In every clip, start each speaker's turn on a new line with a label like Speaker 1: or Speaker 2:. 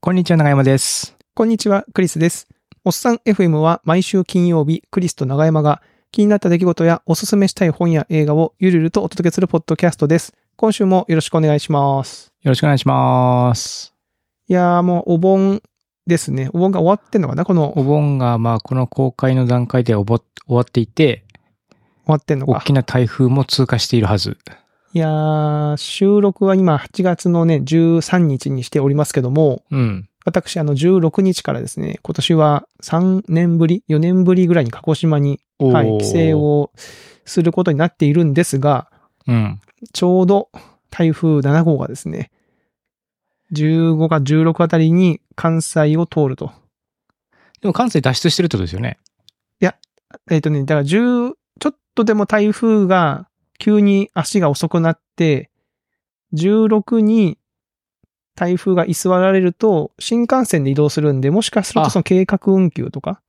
Speaker 1: こんにちは、長山です。
Speaker 2: こんにちは、クリスです。おっさん FM は毎週金曜日、クリスと長山が気になった出来事やおすすめしたい本や映画をゆるゆるとお届けするポッドキャストです。今週もよろしくお願いします。
Speaker 1: よろしくお願いします。
Speaker 2: いやーもうお盆ですね。お盆が終わってんのかなこの、
Speaker 1: お
Speaker 2: 終
Speaker 1: 盆が、まあ、この公開の段階でおぼ終わっていて、
Speaker 2: わってんの
Speaker 1: 大
Speaker 2: か。
Speaker 1: きな台風も通過しているはず。
Speaker 2: いやー、収録は今8月のね、13日にしておりますけども、
Speaker 1: うん。
Speaker 2: 私あの16日からですね、今年は3年ぶり、4年ぶりぐらいに鹿児島に、はい、
Speaker 1: おー
Speaker 2: 帰省。をすることになっているんですが、
Speaker 1: うん。
Speaker 2: ちょうど台風7号がですね、15か16あたりに関西を通ると。
Speaker 1: でも関西脱出してるってことですよね。
Speaker 2: えっ、とね、だから10、ちょっとでも台風が急に足が遅くなって、16に台風が居座られると新幹線で移動するんで、もしかする
Speaker 1: あ
Speaker 2: とその計画運休とか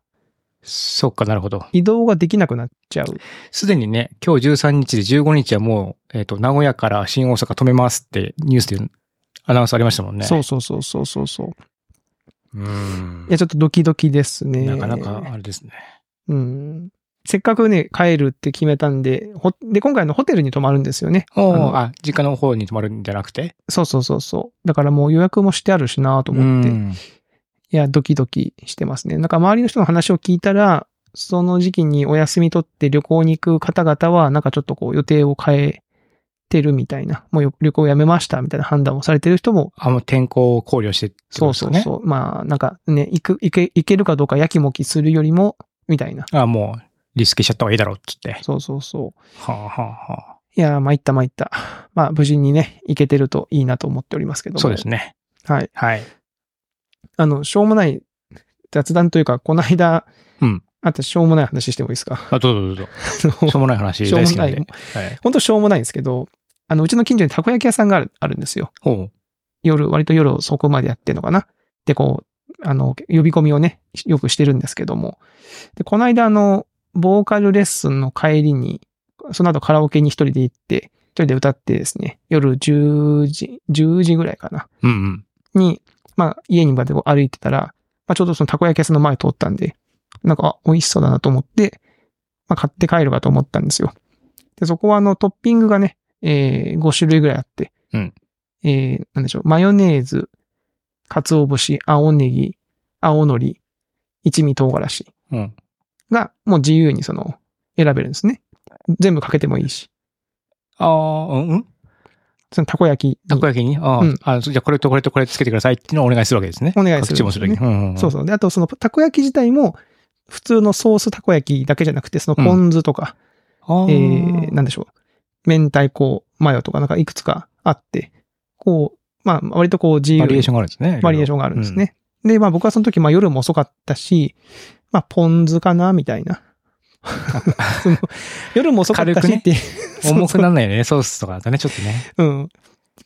Speaker 1: そっか、なるほど。
Speaker 2: 移動ができなくなっちゃう。
Speaker 1: すでにね、今日13日で15日はもう、えっ、と、名古屋から新大阪止めますってニュースでアナウンスありましたもんね。
Speaker 2: そうそうそうそうそうそう。
Speaker 1: う。うん
Speaker 2: いや、。ちょっとドキドキですね。
Speaker 1: なかなか、あれですね。
Speaker 2: うん。せっかくね、帰るって決めたんで、ほ、で、今回のホテルに泊まるんですよね。
Speaker 1: お
Speaker 2: あ
Speaker 1: ー
Speaker 2: の
Speaker 1: あ、実家の方に泊まるんじゃなくて
Speaker 2: そうそうそうそう。だからもう予約もしてあるしなと思って、
Speaker 1: う
Speaker 2: い
Speaker 1: ん
Speaker 2: や、ドキドキしてますね。なんか周りの人の話を聞いたら、その時期にお休み取って旅行に行く方々は、なんかちょっとこう予定を変えてるみたいな、もうよ旅行をやめましたみたいな判断をされてる人も、
Speaker 1: あの天候を考慮してってこと
Speaker 2: そう
Speaker 1: です
Speaker 2: そ
Speaker 1: かね。
Speaker 2: うそう、まあなんかね、行く、行け、行けるかどうかやきもきするよりも、みたいな。
Speaker 1: あもう、リスケしちゃった方がいいだろうっつって。
Speaker 2: そうそうそう。
Speaker 1: はあ、はあはい
Speaker 2: やー、参った参った。まあ、無事にね、行けてるといいなと思っておりますけど
Speaker 1: あ、
Speaker 2: も。
Speaker 1: そうですね。
Speaker 2: はい。
Speaker 1: はい。
Speaker 2: あの、しょうもない雑談というか、この間、
Speaker 1: うん。
Speaker 2: あと、しょうもない話してもいいですか。
Speaker 1: あ、どうぞどうぞ。
Speaker 2: あ
Speaker 1: しょ
Speaker 2: の
Speaker 1: うもない話
Speaker 2: しょう
Speaker 1: 大
Speaker 2: も
Speaker 1: 好きな
Speaker 2: なん
Speaker 1: で。
Speaker 2: い。
Speaker 1: はい。
Speaker 2: 本当しょうもないんですけど、あの、うちの近所にたこ焼き屋さんがあるあるんですよ。
Speaker 1: ほう。
Speaker 2: 夜、割と夜遅くまでやってるのかな。で、こう、あの、呼び込みをね、よくしてるんですけども。で、この間、あの、ボーカルレッスンの帰りに、その後カラオケに一人で行って、一人で歌ってですね、夜10時、10時ぐらいかな。
Speaker 1: うんうん。
Speaker 2: に、まあ、家にまで歩いてたら、まあ、ちょうどそのたこ焼き屋さんの前通ったんで、なんか、あ、美味しそうだなと思って、まあ、買って帰るかと思ったんですよ。で、そこはあの、トッピングがね、えー、5種類ぐらいあって、
Speaker 1: うん
Speaker 2: えー、なんでしょう、マヨネーズ、鰹節、青ネギ、青のり、一味唐辛子
Speaker 1: うん。
Speaker 2: が、もう自由にその、選べるんですね。全部かけてもいいし。
Speaker 1: ああ、うんうん
Speaker 2: そのたこ焼き
Speaker 1: た
Speaker 2: に
Speaker 1: こ焼きにあー、
Speaker 2: うん
Speaker 1: あ、そうじゃあこれとこれとこれつけてくださいっていうのをお願いするわけですね。
Speaker 2: お願いする
Speaker 1: 注文するときに。うんうんん
Speaker 2: そうそう。で、あとそのたこ焼き自体も、普通のソースたこ焼きだけじゃなくて、そのポン酢とか、
Speaker 1: あー
Speaker 2: えー、なんでしょう。明太子、マヨとかなんかいくつかあって、こう、まあ、割とこう自由に
Speaker 1: バリエーションがあるんですね。
Speaker 2: バリエーションがあるんですね。で、まあ僕はその時、まあ夜も遅かったし、まあポン酢かな、みたいな。 その夜も遅かったしって、
Speaker 1: いろいろ。重くならないよね、ソースとかだとね、ちょっと ね。
Speaker 2: うん。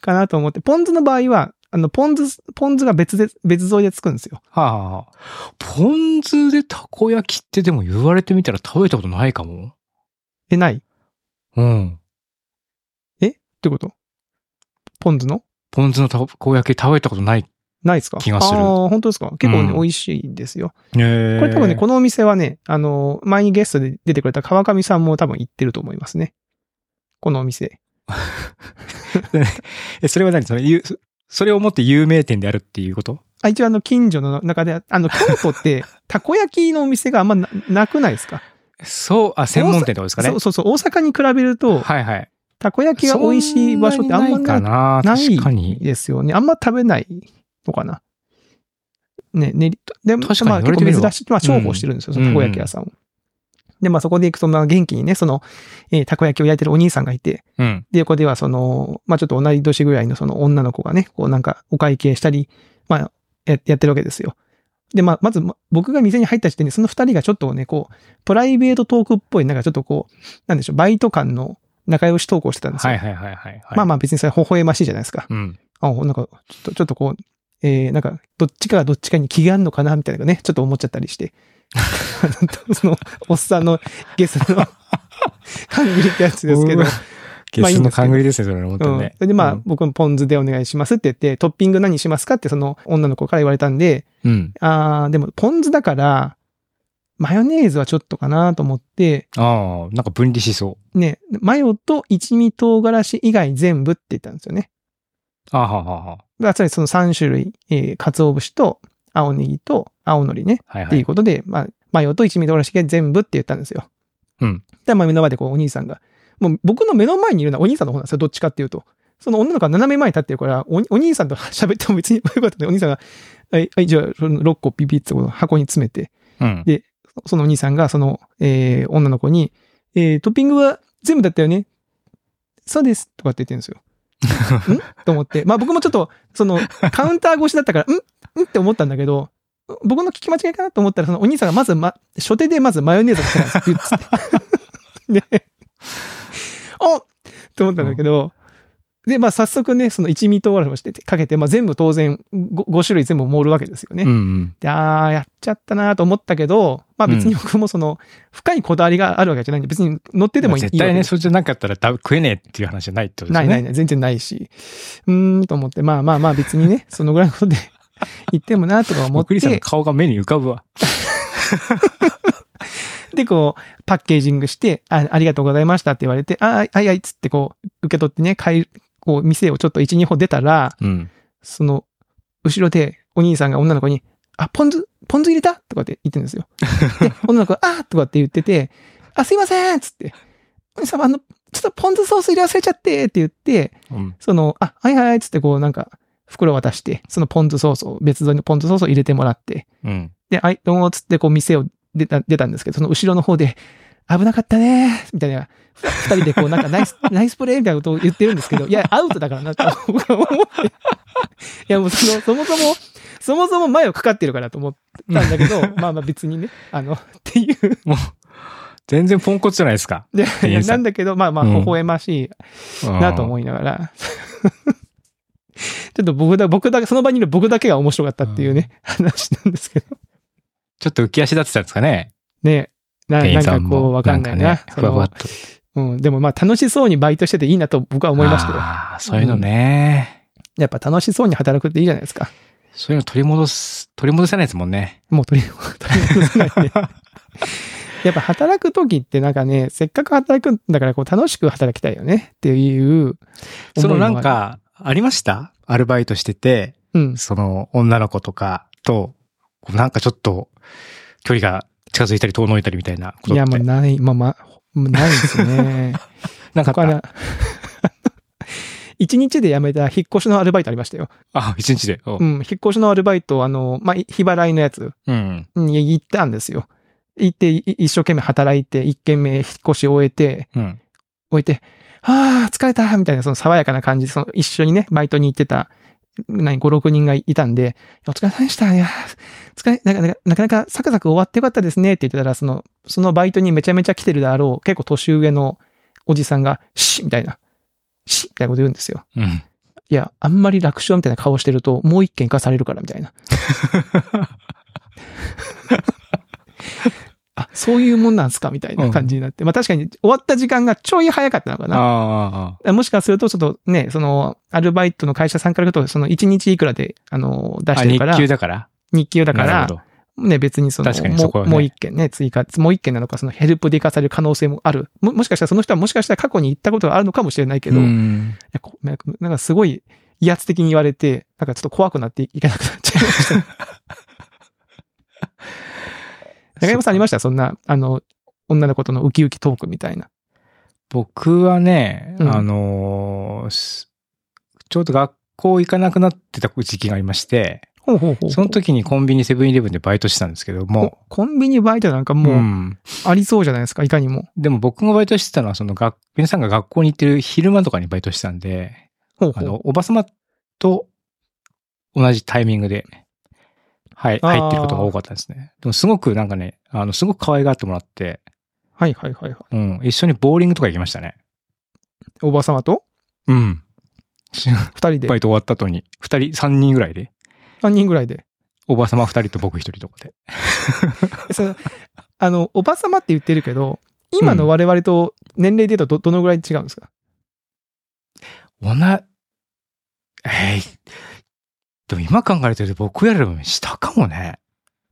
Speaker 2: かなと思って、ポン酢の場合は、あの、ポン酢、ポン酢が別で、別添えでつくんですよ。
Speaker 1: はあ、はあはあ、ポン酢でたこ焼きってでも言われてみたら食べたことないかも。
Speaker 2: え、ないっ
Speaker 1: うん。
Speaker 2: てことポン酢の
Speaker 1: ポン酢のたこ焼き食べたことない。ね
Speaker 2: ないですか
Speaker 1: 気がする
Speaker 2: ああ、本当ですか結構ね、
Speaker 1: うん
Speaker 2: 美味しいですよ。
Speaker 1: え
Speaker 2: これ多分ね、このお店はね、あの、前にゲストで出てくれた川上さんも多分行ってると思いますね。このお店。
Speaker 1: え、それは何それ、ゆそそれをもって有名店であるっていうこと
Speaker 2: あ、一応あの、近所の中で、あの、京都って、 たこ焼きのお店があんまななくないですか
Speaker 1: そう、あ、専門店ってことですかね
Speaker 2: そう。そうそう、大阪に比べると、
Speaker 1: はいはい。
Speaker 2: たこ焼きが美味しい場所ってあんま
Speaker 1: そな
Speaker 2: な
Speaker 1: にないかな
Speaker 2: ない
Speaker 1: 確かに。
Speaker 2: ですよね。あんま食べないのかな。ね、練り、でも
Speaker 1: 確か、に
Speaker 2: まあ
Speaker 1: 言わ
Speaker 2: 結
Speaker 1: れてみれ
Speaker 2: 構
Speaker 1: ば
Speaker 2: 珍しい、まあ重宝してるんですよ、
Speaker 1: う
Speaker 2: そ
Speaker 1: ん
Speaker 2: のたこ焼き屋さんを。で、まあそこで行くと、まあ元気にね、その、えーたこ焼きを焼いてるお兄さんがいて、
Speaker 1: うん。
Speaker 2: で、横ではその、まあちょっと同い年ぐらいのその女の子がね、こうなんかお会計したり、まあややってるわけですよ。で、まあまずま僕が店に入った時点でその二人がちょっとね、こう、プライベートトークっぽい、なんかちょっとこう、なんでしょう、バイト感の仲良し投稿してたんですよ。
Speaker 1: はいはいはいはい。
Speaker 2: まあ
Speaker 1: ま
Speaker 2: まあ別にそれ微笑ましいじゃないです
Speaker 1: あ。
Speaker 2: か。
Speaker 1: うん。
Speaker 2: あ、なんかちょっと、ちょっとこう、えー、なんか、どっちかがどっちかに気があるのかなみたいなね、ちょっと思っちゃったりして。 あのその、おっさんのゲストの、感激ってやつですけ
Speaker 1: う
Speaker 2: ど
Speaker 1: わ、
Speaker 2: まあ
Speaker 1: ゲ
Speaker 2: いい
Speaker 1: ス
Speaker 2: ん
Speaker 1: の
Speaker 2: ですけど
Speaker 1: 勘繰りですね、それは本当に
Speaker 2: うん
Speaker 1: ね。
Speaker 2: それでまあ、
Speaker 1: うん
Speaker 2: 僕もポン酢でお願いしますって言って、トッピング何にしますかってその女の子から言われたんで、
Speaker 1: うん。
Speaker 2: あーでもポン酢だから、マヨネーズはちょっとかなと思って、
Speaker 1: ああ、なんか分離しそ
Speaker 2: ね、マヨと一味唐辛子以外全部って言ったんですよね。
Speaker 1: う。ああ、はあはあは
Speaker 2: だからつまりその3種類、えー、鰹節と青ネギと青のりね。
Speaker 1: あ。はい
Speaker 2: っ
Speaker 1: は
Speaker 2: ていう
Speaker 1: い。
Speaker 2: ことで、まあ、マヨと一味唐辛子が全部って言ったんですよ。
Speaker 1: うん。
Speaker 2: で、まあ目の前でこうお兄さんが、もう僕の目の前にいるのはお兄さんの方なんですよ、どっちかっていうと。その女の子が斜め前に立ってるから、おお兄さんと喋っても別によか ったので、お兄さんが、はい、はい、じゃあ、その6個ピピッとこの箱に詰めて、
Speaker 1: うん
Speaker 2: で。そのお兄さんが、その、えー、女の子に、えー、トッピングは全部だったよね。そうです。とかって言ってるんですよ。んと思って。まあ僕もちょっと、その、カウンター越しだったから、んんって思ったんだけど、僕の聞き間違いかなと思ったら、そのお兄さんがまず、ま、初手でまずマヨネーズをつけたんですよ。つって。で、おと思ったんだけど、で、まあ早速ね、その一味唐辛子をしてかけて、まあ全部当然5、ご種類全部盛るわけですよね。
Speaker 1: うんうん。
Speaker 2: で、ああ、やっちゃったなと思ったけど、まあ別に僕もその、深いこだわりがあるわけじゃないんで、別に乗ってでもいい。
Speaker 1: 絶対ね、
Speaker 2: いいわ
Speaker 1: それじゃなかったらだ食えねえっていう話じゃないってことです
Speaker 2: けでな
Speaker 1: ね。
Speaker 2: いない
Speaker 1: い。
Speaker 2: ない、全然ないし。うーん、と思って、まあまあまあ別 にね、そのぐらいのことで 言ってもなとか思
Speaker 1: もう
Speaker 2: っ
Speaker 1: クリさんの
Speaker 2: て、
Speaker 1: 顔が目に浮かぶわ。
Speaker 2: で、こう、パッケージングして、あありがとうございましたって言われて、ああ、はいはい、つってこう、受け取ってね、帰る、こう、店をちょっと1、2歩出たら、
Speaker 1: うん。
Speaker 2: その、後ろでお兄さんが女の子に、あ、ポン酢、ポン酢入れたとかって言ってるんですよ。で、女の子が、あーとかって言ってて、あ、すいませんっつって、お兄様、あの、ちょっとポン酢ソース入れ忘れちゃってって言って、
Speaker 1: うん。
Speaker 2: その、あ、はいはいっつってこうなんか、袋渡して、そのポン酢ソースを、別添えのポン酢ソースを入れてもらって、
Speaker 1: うん。
Speaker 2: で、あい、どうもっつってこう店を出た、出たんですけど、その後ろの方で、危なかったねーみたいな、ふ二人でこうなんかナイス、 ナイスプレーみたいなことを言ってるんですけど、いや、アウトだからなって僕は思って。いや、もうその、そもそも、そもそも前をかかってるからと思ったんだけど、まあまあ別にね、あの、っていう。
Speaker 1: もう、全然ポンコツじゃないですか。
Speaker 2: で
Speaker 1: いやいや
Speaker 2: なんだけど、まあまあ、
Speaker 1: うん
Speaker 2: 微笑ましいなと思いながら、ちょっと僕だ、僕だけ、その場にいる僕だけが面白かったっていうね、話なんですけど。
Speaker 1: ちょっと浮き足立ってたんですかね。
Speaker 2: ねな
Speaker 1: 店
Speaker 2: な
Speaker 1: 員
Speaker 2: ん
Speaker 1: さ
Speaker 2: か
Speaker 1: んも。
Speaker 2: こう、わかんないな。
Speaker 1: んかね、ふわふわっと。
Speaker 2: うん、でもまあ楽しそうにバイトしてていいなと僕は思いましたよ。
Speaker 1: ああ、そういうのね。
Speaker 2: やっぱ楽しそうに働くっていいじゃないですか。
Speaker 1: そういうの取り戻す、取り戻せないですもんね。
Speaker 2: もう取り 取り戻せない んで。やっぱ働く時ってなんかね、せっかく働くんだからこう楽しく働きたいよねっていう
Speaker 1: その
Speaker 2: 思い
Speaker 1: な
Speaker 2: の
Speaker 1: んか、ありましたアルバイトしてて、
Speaker 2: うん。
Speaker 1: その女の子とかと、こうなんかちょっと距離が近づいたり遠のいたりみたいなこと
Speaker 2: い
Speaker 1: って。
Speaker 2: やもうない、まあまあ、もうないですね。
Speaker 1: なんかあった
Speaker 2: 僕はな 一日で辞めた引っ越しのアルバイトありましたよ。
Speaker 1: あ、一日で。おう
Speaker 2: うん、引っ越しのアルバイト、あの、まあ、日払いのやつ。
Speaker 1: うん。
Speaker 2: に行ったんですよ。行って、い一生懸命働いて、一軒目引っ越し終えて、
Speaker 1: うん。
Speaker 2: 終えて、ああ、疲れたみたいな、その爽やかな感じで、その一緒にね、バイトに行ってた、何、5、6人がいたんで、お疲れ様でした。いやー、疲れ、なんかなんか、なかなかサクサク終わってよかったですねって言ってたら、その、そのバイトにめちゃめちゃ来てるであろう、結構年上のおじさんが、しみたいな、しみたいなこと言うんですよ。
Speaker 1: うん。
Speaker 2: いや、あんまり楽勝みたいな顔してると、もう一件行かされるから、み たいな。あ、そういうもんなんすかみたいな感じになって。まあ確かに、終わった時間がちょい早かったのかな。
Speaker 1: ああ。
Speaker 2: もしかすると、ちょっとね、その、アルバイトの会社さんから言うと、その1日いくらで、あの、出し
Speaker 1: あ、
Speaker 2: てる
Speaker 1: 日
Speaker 2: から、
Speaker 1: 給だから。
Speaker 2: 日給だか
Speaker 1: な
Speaker 2: ら
Speaker 1: る、ほど
Speaker 2: ね、別にその、
Speaker 1: 確かに
Speaker 2: も
Speaker 1: そこは
Speaker 2: う
Speaker 1: ね
Speaker 2: もう一件ね、追加、もう一件なのか、そのヘルプで行かされる可能性もある。も、もしかしたらその人はもしかしたら過去に行ったことがあるのかもしれないけ
Speaker 1: う
Speaker 2: ど、
Speaker 1: ん
Speaker 2: いやこなんかなんかすごい威圧的に言われて、なんかちょっと怖くなっていけなくなっちゃいま した。中山さんありましたそんな、あの、女の子とのウキウキトークみたいな。
Speaker 1: 僕はね、
Speaker 2: うん
Speaker 1: あのーすちょうど学校行かなくなってた時期がありまして、
Speaker 2: ほうほうほ
Speaker 1: その時にコンビニセブンイレブンでバイトしてたんですけども、
Speaker 2: コンビニバイトなんか
Speaker 1: う
Speaker 2: もうんありそうじゃないですか、いかにも。
Speaker 1: でも僕がバイトしてたのは、その学、皆さんが学校に行ってる昼間とかにバイトしてたんで、
Speaker 2: ほうほ
Speaker 1: あ
Speaker 2: う
Speaker 1: の、おばさまと同じタイミングで、はい、
Speaker 2: あー
Speaker 1: 入ってることが多かったですね。でもすごくなんかね、あの、すごく可愛がってもらって、
Speaker 2: はいはいはいはい。
Speaker 1: うん、一緒にボーリングとか行きましたね。
Speaker 2: おばさまと
Speaker 1: うん。
Speaker 2: 二人で
Speaker 1: バ、イト終わった後に、二人、三人ぐらいで、
Speaker 2: 三人ぐらいで。
Speaker 1: おばさま二人と僕一人とかで。
Speaker 2: え そのあの、おばさまって言ってるけど、今の我々と年齢で言うとど、どのぐらい違うんですか
Speaker 1: 同じ、えい、でも今考えてると僕よりも下かもね。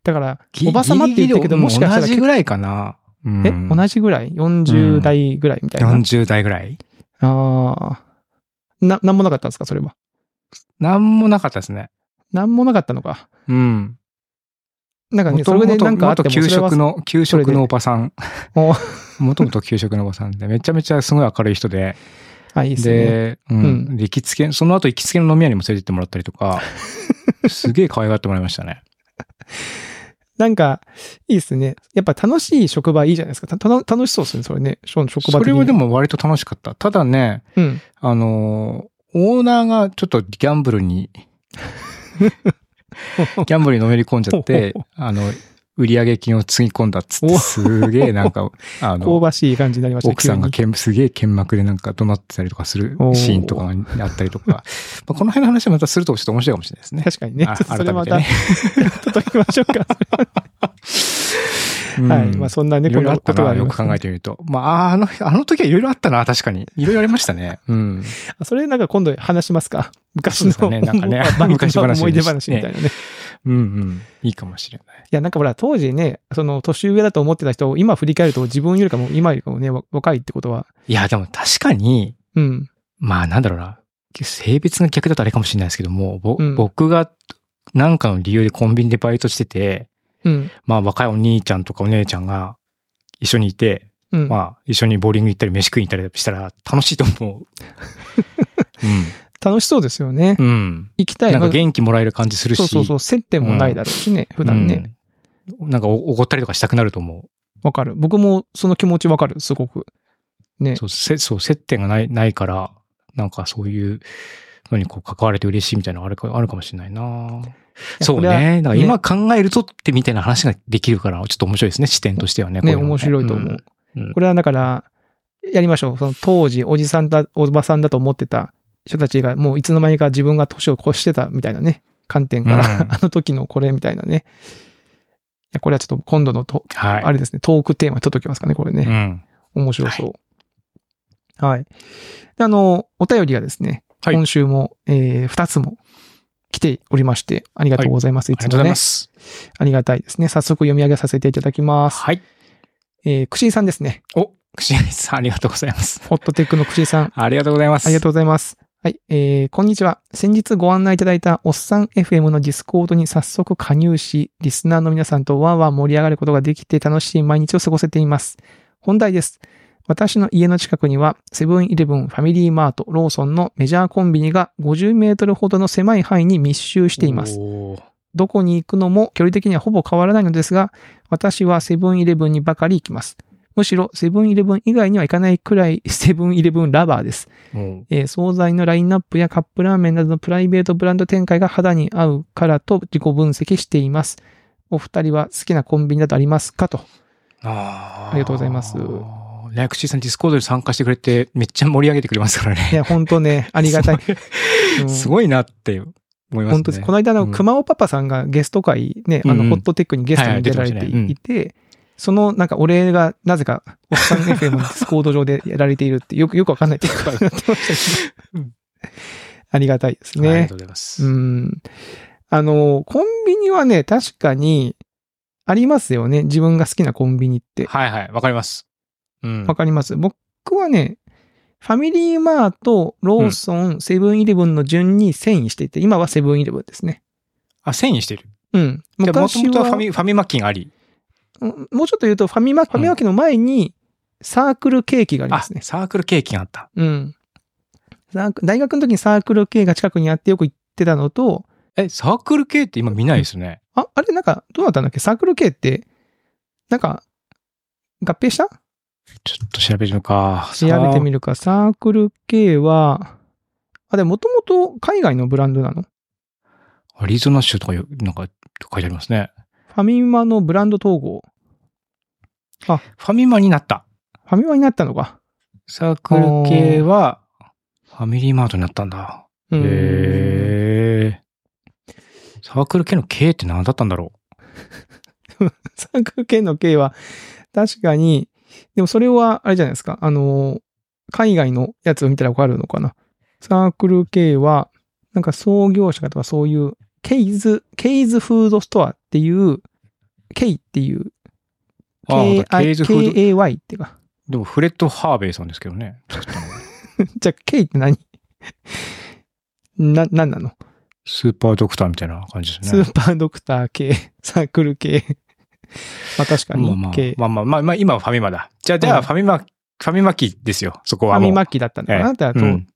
Speaker 2: だから
Speaker 1: ぎ、
Speaker 2: おばさまって言ったけ
Speaker 1: ギリギ
Speaker 2: ど、
Speaker 1: リ
Speaker 2: もしかした
Speaker 1: 同
Speaker 2: ら
Speaker 1: じ
Speaker 2: 結
Speaker 1: ぐらいかな。うん、
Speaker 2: 構、え、同じぐらい ?40 代ぐらいみたいな。
Speaker 1: 40代ぐらい
Speaker 2: ああ。な、なんもなかったんですか、それは。
Speaker 1: なんもなかったですね。
Speaker 2: なんもなかったのか。
Speaker 1: うん。
Speaker 2: なんかね、それでなんかあっても
Speaker 1: 元給
Speaker 2: それは
Speaker 1: 食の、給
Speaker 2: それ
Speaker 1: 食
Speaker 2: で
Speaker 1: のおばさん。
Speaker 2: お
Speaker 1: もともと給食のおばさんで、めちゃめちゃすごい明るい人で、
Speaker 2: あ、いいですね。
Speaker 1: で、う
Speaker 2: うん
Speaker 1: ん。で行きつけ、その後行きつけの飲み屋にも連れてってもらったりと か、すげえ可愛がってもらいましたね。
Speaker 2: なんか、いいですね。やっぱ楽しい職場いいじゃないですか。たたの楽しそうですね、それね。その職場
Speaker 1: そ
Speaker 2: 的に
Speaker 1: れはで、も割と楽しかった。ただね、
Speaker 2: うん。
Speaker 1: あのー、オーナーがちょっとギャンブル に、ギャンブルにのめり込んじゃ って、あの、売上金をつぎ込んだっつって、
Speaker 2: お
Speaker 1: すげえなん か、あ
Speaker 2: 香
Speaker 1: の、
Speaker 2: ばしい感じになりましたね
Speaker 1: 奥さんが
Speaker 2: 急に
Speaker 1: けんすげえ剣幕でなんか怒鳴ってたりとかするシーンとかがあったり とか、まあ、この辺の話はまたするとちょっと面白いかもしれないですね。
Speaker 2: 確かにね。ちょ
Speaker 1: あ
Speaker 2: っとそれまた、
Speaker 1: 改め
Speaker 2: 取りましょうか。は
Speaker 1: う
Speaker 2: い。
Speaker 1: ん
Speaker 2: まあ、そんない猫
Speaker 1: ろい
Speaker 2: の
Speaker 1: ろあっ
Speaker 2: こ
Speaker 1: た
Speaker 2: とがあ
Speaker 1: な、
Speaker 2: り
Speaker 1: よ
Speaker 2: ま
Speaker 1: く
Speaker 2: す、
Speaker 1: 考えてみると。まあ、あの、あの時はいろいろあったな、確かに。いろいろありましたね。うん。
Speaker 2: それなんか今度話しますか。昔
Speaker 1: そ
Speaker 2: の、
Speaker 1: うですねなんかね
Speaker 2: バイトの
Speaker 1: 昔話
Speaker 2: 思い出話みたいなね。
Speaker 1: うんうん。いいかもしれない。
Speaker 2: いや、なんかほら、当時ね、その、年上だと思ってた人を、今振り返ると、自分よりかも、今よりかもね、わ若いってことは、
Speaker 1: いや、でも確かに、
Speaker 2: うん。
Speaker 1: まあなんだろうな。性別が逆だとあれかもしれないですけども、ぼ
Speaker 2: うん
Speaker 1: 僕がなんかの理由でコンビニでバイトしてて、
Speaker 2: うん。
Speaker 1: まあ若いお兄ちゃんとかお姉ちゃんが一緒にいて、
Speaker 2: うん。
Speaker 1: まあ一緒にボーリング行ったり飯食いに行ったりしたら楽しいと思う。
Speaker 2: 楽しそうですよね。
Speaker 1: うん。うん。
Speaker 2: 行きたい。
Speaker 1: なんか
Speaker 2: ま
Speaker 1: 元気もらえる感じする
Speaker 2: あ
Speaker 1: し。
Speaker 2: そうそうそう、接点もないだろうしね、普段ね。
Speaker 1: うん。なんかおおごったりとかしたくなると思
Speaker 2: わかる。僕もその気持ちわかる、すごく。ね
Speaker 1: う。。そう、せそう接点がないないから、なんかそういうのにこう関われて嬉しいみたいなのあるかあるかもしれないなそう
Speaker 2: これは
Speaker 1: ね。だから今考えるとってみたいな話ができるから、ちょっと面白いですね、視点としてはね。
Speaker 2: ね、
Speaker 1: こううの
Speaker 2: 面白いと思う。
Speaker 1: ん
Speaker 2: これはだから、やりましょう。その当時、おじさんだ、おばさんだと思ってた人たちが、もういつの間にか自分が年を越してたみたいなね、観点から、
Speaker 1: うん
Speaker 2: あの時のこれみたいなね。いや、これはちょっと今度のと、
Speaker 1: はい。
Speaker 2: あれですね、トークテーマ届きますかね、これ
Speaker 1: う
Speaker 2: ね。
Speaker 1: ん。
Speaker 2: 面白そう。はい。で、あの、お便りがですね、
Speaker 1: はい
Speaker 2: 今週も、えー、2つも来ておりまして、ありがとうございます。
Speaker 1: あり
Speaker 2: い、
Speaker 1: がとう
Speaker 2: つ
Speaker 1: ござい
Speaker 2: もね
Speaker 1: ま、す。
Speaker 2: ありがたいですね。早速読み上げさせていただきます。
Speaker 1: はい。
Speaker 2: えー、くしーさんですね。
Speaker 1: お、串谷さん、ありがとうございます。
Speaker 2: ホットテックのくしーさん。
Speaker 1: ありがとうございます。
Speaker 2: ありがとうございます。はい、えー、こんにちは。先日ご案内いただいたおっさん FM のディスコードに早速加入し、リスナーの皆さんとワンワン盛り上がることができて楽しい毎日を過ごせています。本題です。私の家の近くには、セブンイレブン、ファミリーマート、ローソンのメジャーコンビニが50メートルほどの狭い範囲に密集しています。
Speaker 1: おー。
Speaker 2: どこに行くのも距離的にはほぼ変わらないのですが、私はセブンイレブンにばかり行きます。むしろセブンイレブン以外には行かないくらいセブンイレブンラバーです。
Speaker 1: も
Speaker 2: えー惣菜のラインナップやカップラーメンなどのプライベートブランド展開が肌に合うからと自己分析しています。お二人は好きなコンビニなどありますかと。
Speaker 1: うあー
Speaker 2: ありがとうございます
Speaker 1: ね、串井さん、ディスコードで参加してくれて、めっちゃ盛り上げてくれますからね。
Speaker 2: いや、本当 ね、ありがたい。うん
Speaker 1: すごいなって思いますね。
Speaker 2: 本当です。この間の
Speaker 1: うん
Speaker 2: 熊尾パパさんがゲスト会ね、あ
Speaker 1: うん
Speaker 2: の、
Speaker 1: うん
Speaker 2: ホットテックにゲスト
Speaker 1: はいは
Speaker 2: に
Speaker 1: い
Speaker 2: 出られ
Speaker 1: 出
Speaker 2: て
Speaker 1: てましたねうん
Speaker 2: いて、その、なんか、お礼が、なぜか、おっさん FM のディスコード上でやられているって、よく、よくわかんないっていうことにな ってましたけ
Speaker 1: う
Speaker 2: ど
Speaker 1: ん。
Speaker 2: ありがたいです
Speaker 1: あり
Speaker 2: ね
Speaker 1: がと。うございます。
Speaker 2: うん。あの、コンビニはね、確かに、ありますよね。自分が好きなコンビニって。
Speaker 1: はいはい、わかります。うん。
Speaker 2: わかります。僕はね、ファミリーマート、ローソン、セブンイレブンの順に遷移していて、今はセブンイレブンですね。
Speaker 1: あ、遷移してる。
Speaker 2: うん。
Speaker 1: じゃあ、もと
Speaker 2: 昔
Speaker 1: もとはファ
Speaker 2: は、
Speaker 1: ミ、ファミマキンあり。
Speaker 2: うんもうちょっと言うと、ファミマ、ファミマキの前に、サークルケーキがありま
Speaker 1: あ、
Speaker 2: すね。
Speaker 1: サークルケーキがあった。
Speaker 2: うん。サーク大学の時にサークルケーキが近くにあってよく行ってたのと、
Speaker 1: え、サークル系って今見ないですね。
Speaker 2: あ、あれなんか、どうだったんだっけサークル系って、なんか、合併した
Speaker 1: ちょっと調べてみようか。
Speaker 2: 調べてみ
Speaker 1: る。
Speaker 2: るか。サークル系は、あ、でもともと海外のブランドなの
Speaker 1: アリゾナ州とかよ、なんか書いてありますね。
Speaker 2: ファミマのブランド統合。
Speaker 1: ファミマになった。
Speaker 2: ファミマになったのか。
Speaker 1: サークル系は、ファミリーマートになったんだ。
Speaker 2: う
Speaker 1: へ
Speaker 2: ん
Speaker 1: え。サークル系の系って何だったんだろ
Speaker 2: サークル系の系は、確かに、でもそれは、あれじゃないですか。あの、海外のやつを見たらわかるのかな。サークル系は、なんか創業者とかそういう、ケイズ、ケイズフードストアっていう、ケイっていう、
Speaker 1: ああ、本当だケーズフード。
Speaker 2: K-I-K-A-Y っていうか。
Speaker 1: でも、フレッド・ハーベイさんですけどね。
Speaker 2: じゃあ、ケイって何な、なんなの
Speaker 1: スーパードクターみたいな感じです
Speaker 2: ス
Speaker 1: ね。
Speaker 2: ーパードクター系、サークル系。まあ確かに、
Speaker 1: まあまあ
Speaker 2: 系。
Speaker 1: まあまあまあ、まあ、今はファミマだ。じゃあ、じゃ
Speaker 2: う
Speaker 1: あ、
Speaker 2: ん
Speaker 1: ファミマ、ファミマ機ですよ。そこ
Speaker 2: フ
Speaker 1: は
Speaker 2: ァ
Speaker 1: もう。
Speaker 2: ミマ機だったのかな、であと、
Speaker 1: うん。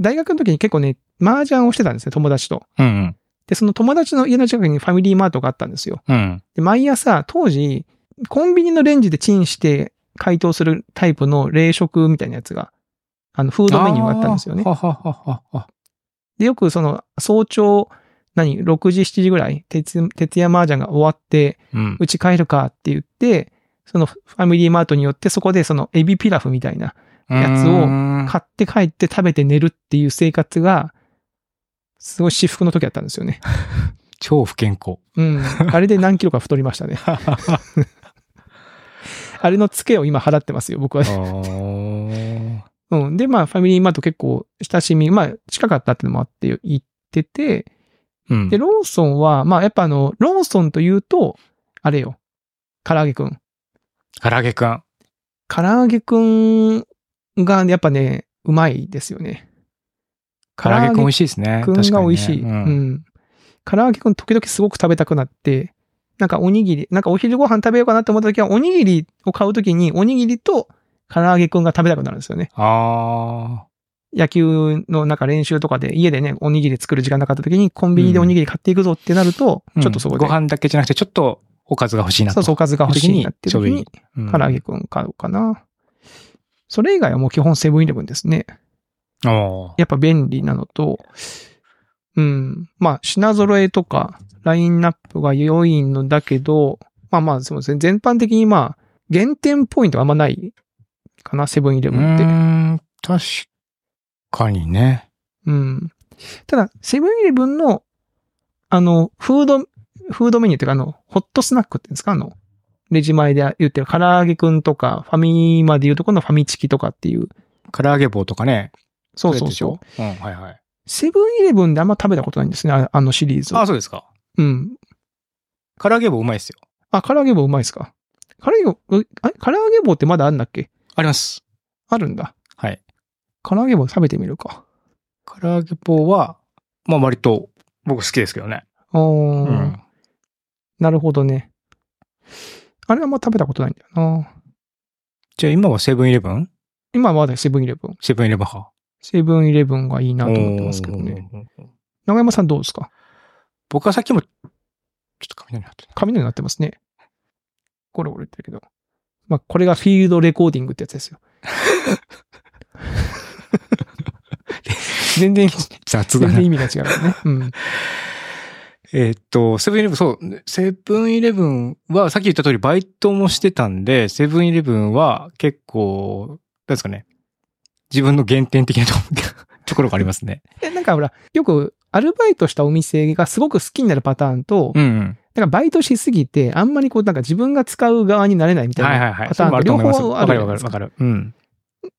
Speaker 2: 大学の時に結構ね、麻雀をしてたんですね、友達と。
Speaker 1: うんうん。
Speaker 2: で、その友達の家の近くにファミリーマートがあったんですよ。
Speaker 1: うん。
Speaker 2: で、毎朝、当時、コンビニのレンジでチンして解凍するタイプの冷食みたいなやつが、あの、フードメニューがあったんですよね
Speaker 1: あ。ーははははは。
Speaker 2: で、よくその、早朝、何、6時、7時ぐらい、徹徹夜麻雀が終わって、
Speaker 1: うん。
Speaker 2: うち帰るかって言って、そのファミリーマートによってそこでそのエビピラフみたいな、やつを
Speaker 1: を
Speaker 2: 買って帰って食べて寝るっていう生活が、すごい至福の時だったんですよね。
Speaker 1: 超不健 康。
Speaker 2: うん。あれで何キロか太りまし たね。あれのツケを今払ってますよ、僕は。
Speaker 1: あ
Speaker 2: うん。で、まあ、ファミリーマート結構親しみ、まあ、近かったってのもあって行ってて、
Speaker 1: ー。
Speaker 2: で、
Speaker 1: ロ
Speaker 2: ローソンは、まあ、やっぱあの、ローソンというと、あれよ、唐揚げくん。
Speaker 1: 唐揚げくん。
Speaker 2: 唐揚げくんがやっぱね、うまいですよね。
Speaker 1: 唐揚げくん美味
Speaker 2: し
Speaker 1: しいですね。
Speaker 2: くん
Speaker 1: 確か
Speaker 2: が
Speaker 1: に
Speaker 2: 美
Speaker 1: ね
Speaker 2: 味しい。
Speaker 1: う。
Speaker 2: うんん。唐揚げくん時々すごく食べたくなって、なんかおにぎり、なんかお昼ご飯食べようかなって思った時は、おにぎりを買う時に、おにぎりと唐揚げくんが食べたくなるんですよね。
Speaker 1: あ
Speaker 2: 野球のなんか練習とかで、家でね、おにぎり作る時間なかった時に、コンビニでおにぎり買っていくぞってなると、
Speaker 1: あ。
Speaker 2: ちょっとそこで、
Speaker 1: ご飯だけじゃなくて、ちょっとおかずが欲しいな
Speaker 2: そ
Speaker 1: と。
Speaker 2: うそう、おかずが欲しいなっていう時に、
Speaker 1: うん。
Speaker 2: 唐揚げくん買うかな。それ以外はもう基本セブンイレブンですね。
Speaker 1: おー
Speaker 2: やっぱ便利なのと、うん。まあ、品揃えとか、ラインナップが良いのだけど、まあまあ、そうですね。全般的にまあ、減点ポイントはあんまないかな、セブンイレ
Speaker 1: う
Speaker 2: ブンって。
Speaker 1: ーん。確かにね。
Speaker 2: うん。ただ、セブンイレブンの、あの、フード、フードメニューっていうか、あの、ホットスナックっていうんですか、あの、レジ前で言ってる唐揚げくんとか、ファミマで言うとこのファミチキとかっていう。
Speaker 1: 唐揚げ棒とかね。
Speaker 2: そうそうそう。
Speaker 1: う。うん、はいはい。
Speaker 2: セブンイレブンであんま食べたことないんですね、ああのシリーズを
Speaker 1: あ、そうですか。
Speaker 2: うん。
Speaker 1: 唐揚げ棒うまいですよ。
Speaker 2: あ、唐揚げ棒うまいですか唐揚げ棒、うあ唐揚げ棒ってまだあんだっけ
Speaker 1: あります。
Speaker 2: あるんだ。
Speaker 1: はい。
Speaker 2: 唐揚げ棒食べてみるか。
Speaker 1: 唐揚げ棒は、まあ割と僕好きですけどね。
Speaker 2: おー、
Speaker 1: うん
Speaker 2: なるほどね。あれはあんま食べたことないんだよな。
Speaker 1: じゃあ今はセブンイレブン
Speaker 2: 今はまだセブンイレブン。
Speaker 1: セブンイレブン派。
Speaker 2: セブンイレブンがいいなと思ってますけどね。
Speaker 1: おー。
Speaker 2: 長山さんどうですか
Speaker 1: 僕はさっきも、ちょっと雷鳴ってる
Speaker 2: 雷になってますね。ゴロゴロ言ってるけど。まあ、これがフィールドレコーディングってやつですよ。全然、
Speaker 1: 雑
Speaker 2: 全然。意味が違うから ね。うん。
Speaker 1: えーっと、セブンイレブン、そう、セブンイレブンはさっき言った通りバイトもしてたんで、セブンイレブンは結構、なんですかね、自分の原点的なとところがあります ね。
Speaker 2: え、なんかほら、よくアルバイトしたお店がすごく好きになるパターンと、
Speaker 1: うん、うん。
Speaker 2: なんかバイトしすぎて、あんまりこう、なんか自分が使う側になれないみたいな。
Speaker 1: はいはいはい。
Speaker 2: パタ
Speaker 1: そ
Speaker 2: ーン
Speaker 1: れもあると思います。
Speaker 2: 両方
Speaker 1: わ
Speaker 2: ある
Speaker 1: か
Speaker 2: じゃ
Speaker 1: る
Speaker 2: な
Speaker 1: わかる
Speaker 2: いですか
Speaker 1: わかる。うん。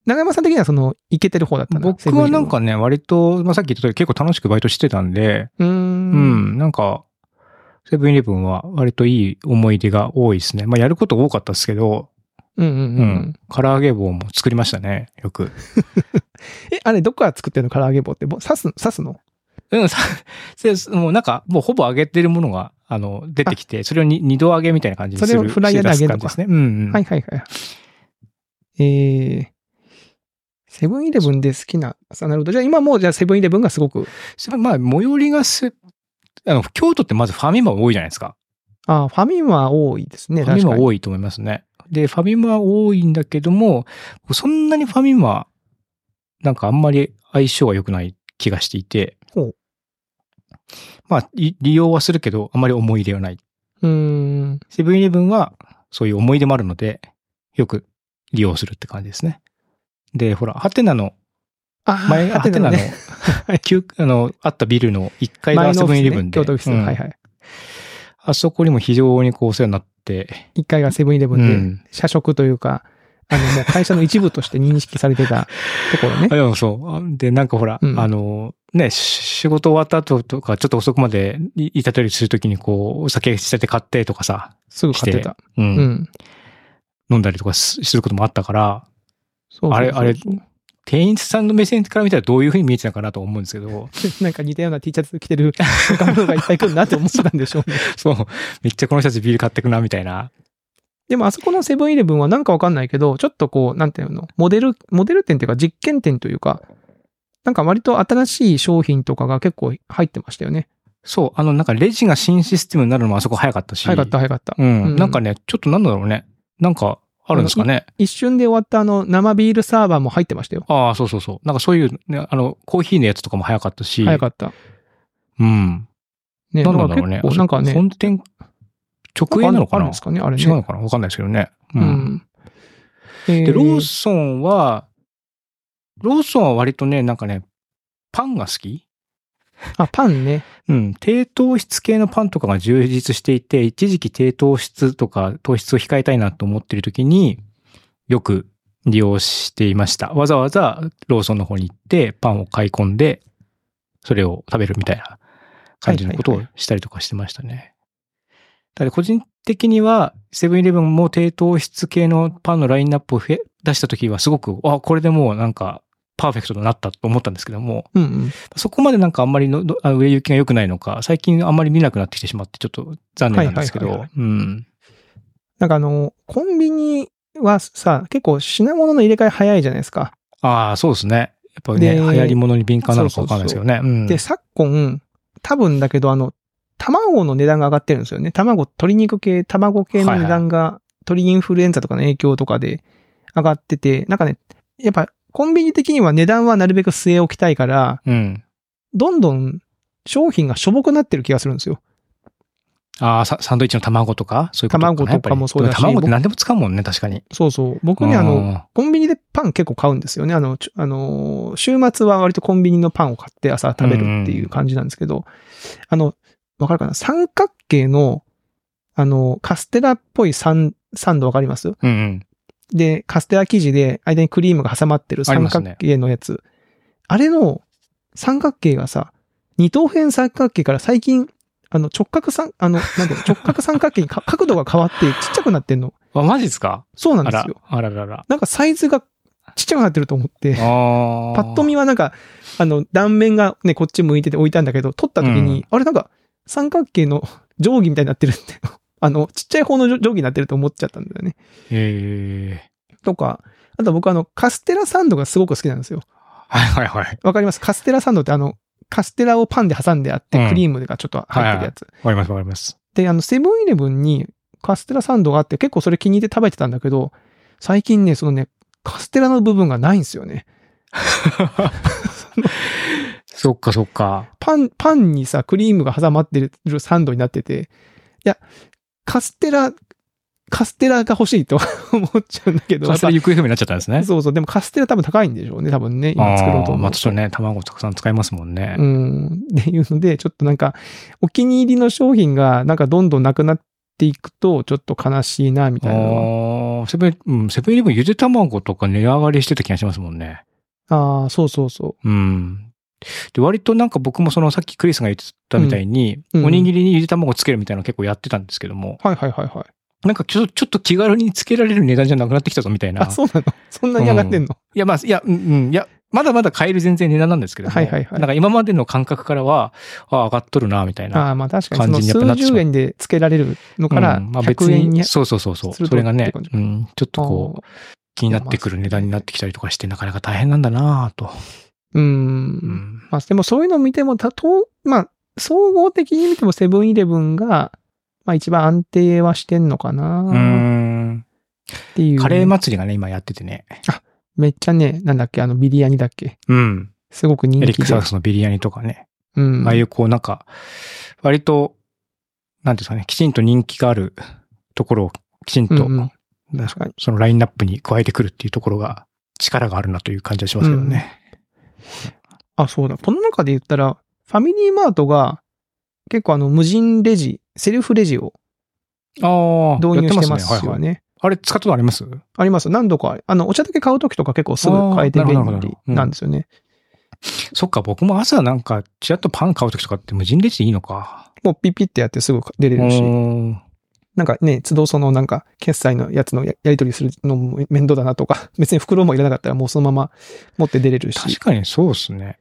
Speaker 2: 長山さん的にはその、いけてる方だったんだ
Speaker 1: 僕はなん、かね、割と、まあ、さっき言った通り結構楽しくバイトしてたんで、
Speaker 2: セブ
Speaker 1: うん、
Speaker 2: ンイレブンはうーん。
Speaker 1: なんか、セブンイレブンは割といい思い出が多いですね。まあ、やること多かったですけど、
Speaker 2: うんうん
Speaker 1: う。
Speaker 2: うんん。
Speaker 1: 唐揚げ棒も作りましたね、よく。
Speaker 2: え、あれ、どこから作ってるの唐揚げ棒って、ぼ刺す、刺すの
Speaker 1: うん、さ、 せもうなんか、もうほぼ揚げてるものが、あの、出てきて、それをに二度揚げみたいな感じにする
Speaker 2: それをフライヤーで揚げるのか
Speaker 1: して出す感じですね。うん、うん。
Speaker 2: はいはいはい。えー、セブンイレブンで好きな、さなるほど。じゃあ今もう、じゃあセブンイレブンがすごく、
Speaker 1: それまあ、最寄りがせ、あの、京都ってまずファミマ多いじゃないですか。
Speaker 2: あーファミマ多いですね。
Speaker 1: ファミマ
Speaker 2: い。
Speaker 1: 多いと思いますね。で、ファミマ多いんだけども、そんなにファミマ、なんかあんまり相性は良くない気がしていて
Speaker 2: ほう、
Speaker 1: まあ、い利用はするけど、あまり思い入れはない。
Speaker 2: うーん。
Speaker 1: セブンイレブンは、そういう思い出もあるので、よく利用するって感じですね。で、ほら、ハテナ の、
Speaker 2: あー
Speaker 1: 前、ハ
Speaker 2: ハ
Speaker 1: テ
Speaker 2: テナ
Speaker 1: ナ
Speaker 2: ね
Speaker 1: の、 旧あの、あったビルの1階
Speaker 2: 前
Speaker 1: が
Speaker 2: の
Speaker 1: セ
Speaker 2: オ
Speaker 1: ブ
Speaker 2: フィ
Speaker 1: ン
Speaker 2: ス
Speaker 1: イ
Speaker 2: ね
Speaker 1: レブンで、
Speaker 2: 京都オフィスの。
Speaker 1: うん
Speaker 2: はいはい。
Speaker 1: あそこにも非常にこうお世話になって、
Speaker 2: 1階がセブンイレブンで、社食というか、あの、もう会社の一部として認識されてた ところね
Speaker 1: あ、。でもそうあ。で、なんかほら、
Speaker 2: うん
Speaker 1: あの、ね、し仕事終わった後とか、ちょっと遅くまでいいたたりするときに、こう、お酒捨てて買ってとかさ、
Speaker 2: すぐ買ってた。
Speaker 1: うん
Speaker 2: う。ん。
Speaker 1: 飲んだりとかすすることもあったから、
Speaker 2: そうそうそう
Speaker 1: あれあれ店員さんの目線から見たらどういうふうに見えてたかなと思うんですけど、
Speaker 2: なんか似たような T シャツ着てる 若者がいっぱい来るなって思ってたんでしょうね。
Speaker 1: そう、めっちゃこの人たちビール買ってくな、みたいな。
Speaker 2: でもあそこのセブンイレブンはなんかわかんないけど、ちょっとこう、なんていうの、モデル、モデル店っていうか実験店というか、なんか割と新しい商品とかが結構入ってましたよね。
Speaker 1: そう、あの、なんかレジが新システムになるのもあそこ早かったし。
Speaker 2: 早かった早かった。
Speaker 1: うん。
Speaker 2: うん
Speaker 1: なんかね、ちょっとなんだろうね。なんか、あるんですかね。
Speaker 2: 一瞬で終わったあの生ビールサーバーも入ってましたよ。
Speaker 1: ああ、そうそうそう。なんかそういう、ね、あの、コーヒーのやつとかも早かったし。
Speaker 2: 早か
Speaker 1: っ
Speaker 2: った。
Speaker 1: た。うん。
Speaker 2: ね、
Speaker 1: なんなんだろうね
Speaker 2: だ。から結構なんかね、
Speaker 1: 本店、直営なのか
Speaker 2: ある
Speaker 1: なん
Speaker 2: ですかね、あれね。
Speaker 1: 違うのかなわかんないですけどね。う。
Speaker 2: うんん。で
Speaker 1: で、ローソンは、ローソンは割とね、なんかね、パンが好き
Speaker 2: あ、パンね。
Speaker 1: うん。低糖質系のパンとかが充実していて、一時期低糖質とか糖質を控えたいなと思っている時に、よく利用していました。わざわざローソンの方に行って、パンを買い込んで、それを食べるみたいな感じのこと
Speaker 2: はい
Speaker 1: を
Speaker 2: は
Speaker 1: したりとかしてましたね。ただ個人的には、セブンイレブンも低糖質系のパンのラインナップを増え出した時はすごく、あ、これでもうなんか、パーフェクトになったと思ったんですけども、
Speaker 2: うんうん。
Speaker 1: そこまでなんかあんまりのどあ上行きが良くないのか、最近あんまり見なくなってきてしまって、ちょっと残念なんですけ
Speaker 2: はいはい
Speaker 1: ど
Speaker 2: は。
Speaker 1: うん。
Speaker 2: なんかあの、コンビニはさ、結構品物の入れ替え早いじゃないですか。
Speaker 1: ああ、そうですね。やっぱね、
Speaker 2: で
Speaker 1: 流行り物に敏感なのかわかんないですけどね。うん
Speaker 2: で、昨今、多分だけど、あの、卵の値段が上がってるんですよね。卵、鶏肉系、卵系の値段が、鳥インフルエンザとかの影響とかで上がってて、なんかね、やっぱコンビニ的には値段はなるべく据え置きたいから、
Speaker 1: うん。
Speaker 2: どんどん商品がしょぼくなってる気がするんですよ。
Speaker 1: ああ、ササンドイッチの卵とか、そういうことかな
Speaker 2: 卵とか
Speaker 1: やっぱり
Speaker 2: もそうだし
Speaker 1: でも卵って何でも使うもんね、確かに。
Speaker 2: そうそう。僕ね、あの、
Speaker 1: の、
Speaker 2: コンビニでパン結構買うんですよね。あの、ちょあのー、週末は割とコンビニのパンを買って朝食べるっていう感じなんですけど、あの、わかるかな三角形の、あの、カステラっぽいサン、サンドわかります
Speaker 1: うんうん。
Speaker 2: で、カステラ生地で間にクリームが挟まってる
Speaker 1: あり
Speaker 2: 三
Speaker 1: ますね
Speaker 2: 角形のやつ。あ,、れの三角形がさ、二等辺三角形から最近、あの、直角三、あの、なんて いうの直角三角形にか角度が変わってちっちゃくなってんの。
Speaker 1: あ、マジですか
Speaker 2: そうなん
Speaker 1: あ
Speaker 2: です
Speaker 1: ら
Speaker 2: よ。、
Speaker 1: あららら。
Speaker 2: なんかサイズがちっちゃくなってると思って。
Speaker 1: ああ。
Speaker 2: パッと見はなんか、あの、断面がね、こっち向いてて置いたんだけど、撮った時に、あれなんか、三角形の定規みたいになってるって、 あの、ちっちゃい方の定定規になってると思っちゃったんだよね。
Speaker 1: ええ。
Speaker 2: とか、あと僕あの、カステラサンドがすごく好きなんですよ。
Speaker 1: はいはいはい。
Speaker 2: わかりますカステラサンドってあの、カステラをパンで挟んであって
Speaker 1: う、ん
Speaker 2: クリームがちょっと入ってるやつ。
Speaker 1: わかりますわかります。
Speaker 2: で、あの、セブンイレブンにカステラサンドがあって、結構それ気に入って食べてたんだけど、最近ね、そのね、カステラの部分がないんですよね。
Speaker 1: そっかそっか。
Speaker 2: パン、パンにさ、クリームが挟まってるサンドになってて、いや、カステラ、カステラが欲しいと 思っちゃうんだけど、
Speaker 1: カステラ
Speaker 2: やっ
Speaker 1: 行方不明になっちゃったんです
Speaker 2: ぱ
Speaker 1: ね。
Speaker 2: そうそう、でもカステラ多分高いんでしょうね、多分ね、今作ろう
Speaker 1: あー
Speaker 2: と思
Speaker 1: ま
Speaker 2: う
Speaker 1: あ、
Speaker 2: と。
Speaker 1: ちょっとね、卵たくさん使いますもんね。
Speaker 2: うん、っていうので、ちょっとなんか、お気に入りの商品が、なんかどんどんなくなっていくと、ちょっと悲しいな、みたいなのは。
Speaker 1: ああ、セブン、うん、セブンイレブンゆで卵とか値上がりしてた気がしますもんね。
Speaker 2: ああー、そうそうそ
Speaker 1: うん。で、割となんか僕もそのさっきクリスが言ってたみたいに、
Speaker 2: うんうん
Speaker 1: おにぎりにゆで卵つけるみたいなの結構やってたんですけども、
Speaker 2: う。はいはいはいはい。
Speaker 1: なんかちょちょっと気軽につけられる値段じゃなくなってきたぞみたいな。
Speaker 2: あ、そうなのそんなに上がってんの、
Speaker 1: いや、まあ、いや、うん、うんいや、まだまだ買える全然値段なんですけども、
Speaker 2: はいはいはい
Speaker 1: なんか今までの感覚からは、ああ、上がっとるな、みたい
Speaker 2: あ
Speaker 1: な。
Speaker 2: あ、まあ確かに、
Speaker 1: 感じにやっ
Speaker 2: そ
Speaker 1: ぱな
Speaker 2: の
Speaker 1: っ
Speaker 2: 数
Speaker 1: てしまう
Speaker 2: 十円で付けられるのから、
Speaker 1: うんまあ別
Speaker 2: 100円に
Speaker 1: に、そうそうそうそう。
Speaker 2: する
Speaker 1: そ
Speaker 2: と
Speaker 1: れが
Speaker 2: って
Speaker 1: ね
Speaker 2: 感じ、
Speaker 1: うん、ちょっとこう、気になってくる値段になってきたりとかして、なかなか大変なんだなぁと。
Speaker 2: う。
Speaker 1: うんん。
Speaker 2: まあ、でもそういうのを見ても、たと、まあ、総合的に見てもセブンイレブンが、まあ一番安定はしてんのか
Speaker 1: うー
Speaker 2: なっ
Speaker 1: ん。
Speaker 2: ていう。
Speaker 1: カレー祭りがね、今やっててね。
Speaker 2: めっちゃね、なんだっけ、あのビリヤニだっけ。
Speaker 1: うん。
Speaker 2: すごく人
Speaker 1: エリッ
Speaker 2: 気
Speaker 1: ク・サ
Speaker 2: で
Speaker 1: ウ。スのビリヤニとかね。
Speaker 2: うん。
Speaker 1: ああいうこうなんか、割と、なんていうんですかね、きちんと人気があるところをきちんと、
Speaker 2: うんうん
Speaker 1: なんか
Speaker 2: 確かに。
Speaker 1: そのラインナップに加えてくるっていうところが、力があるなという感じはしますけどね。
Speaker 2: あ、そうだ。この中で言ったら、ファミリーマートが、結構あの、無人レジ、セルフレジを
Speaker 1: ああ、
Speaker 2: 導入してま
Speaker 1: やって
Speaker 2: すよ
Speaker 1: はいはい。
Speaker 2: ね。
Speaker 1: あれ使ったことあります
Speaker 2: あります。何度か、あの、お茶だけ買うときとか結構すぐ変えて
Speaker 1: あーなるほど
Speaker 2: 便利なんですよね。
Speaker 1: そっか、僕も朝なんか、ちらっとパン買うときとかって無人レジでいいのか。
Speaker 2: もうピッピってやってすぐ出れるし、
Speaker 1: おー
Speaker 2: なんかね、都度そのなんか決済のやつのややり取りするのも面倒だなとか、 別に袋もいらなかったらもうそのまま持って出れる
Speaker 1: 確
Speaker 2: し。
Speaker 1: かにそうですね。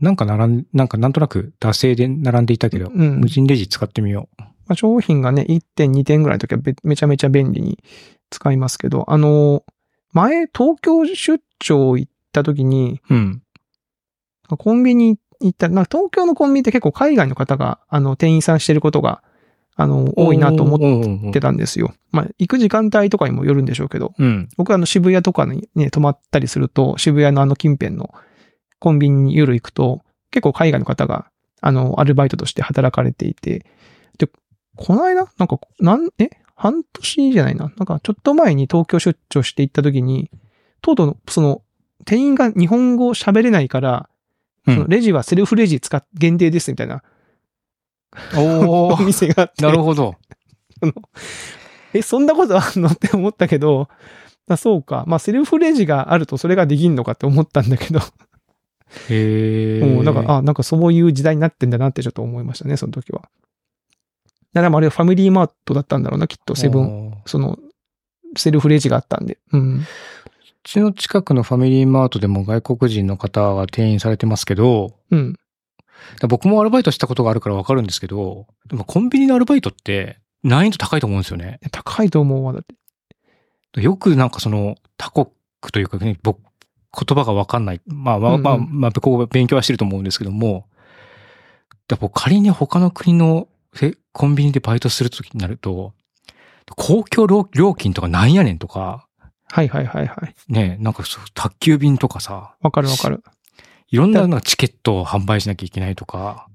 Speaker 1: なんか並ん、なんかなんとなく惰性で並んでいたけど、
Speaker 2: うん
Speaker 1: 無。人レジ使ってみよう。
Speaker 2: まあ、商品がね、1.2点ぐらいの時はべめちゃめちゃ便利に使いますけど、あの、前、東京出張行った時に、
Speaker 1: うん。
Speaker 2: コンビニ行った、なんか東京のコンビニって結構海外の方が、あの、店員さんしてることが、あの、多いなと思っ
Speaker 1: 思
Speaker 2: て。たんですよ。まあ、行く時間帯とかにもよるんでしょうけど、
Speaker 1: うん。
Speaker 2: 僕はあの渋谷とかにね、泊まったりすると、渋谷のあの近辺のコンビニに夜行くと、結構海外の方が、あの、アルバイトとして働かれていて、で、この間、なんか、なん、え半年じゃないな。なんか、ちょっと前に東京出張して行った時に、とうとう、その、店員が日本語喋れないから、
Speaker 1: う
Speaker 2: そ
Speaker 1: ん
Speaker 2: のレジはセルフレジ使っ、限定ですみたいな
Speaker 1: お
Speaker 2: お
Speaker 1: ー
Speaker 2: 店があって、
Speaker 1: なるほど。
Speaker 2: え、そんなことあんのって思ったけど、あそうか。まあ、セルフレジがあるとそれができんのかって思ったんだけど、
Speaker 1: へえ。
Speaker 2: うん、なんか、あ、なんかそういう時代になってんだなってちょっと思いましたね、その時は。いや、でもあれはファミリーマートだったんだろうな、きっと、セブン。
Speaker 1: ン。
Speaker 2: その、セルフレジがあったんで。うん。
Speaker 1: うちの近くのファミリーマートでも外国人の方が店員されてますけど、
Speaker 2: うん。
Speaker 1: 僕もアルバイトしたことがあるからわかるんですけど、でもコンビニのアルバイトって難易度高いと思うんですよね。
Speaker 2: 高いと思うわ、だって。
Speaker 1: よくなんかその他国というかね、僕、言葉がわかんない。まあまあまあ、
Speaker 2: うんうん
Speaker 1: まあ、ここ勉強はしてると思うんですけども、だ僕仮に他の国のえコンビニでバイトするときになると、公共料料金とかなんやねんとか、
Speaker 2: はいはいはいはい。
Speaker 1: ね、なんかそう宅急便とかさ、
Speaker 2: わかるわかる。
Speaker 1: いろんななんかチケットを販売しなきゃいけないとか、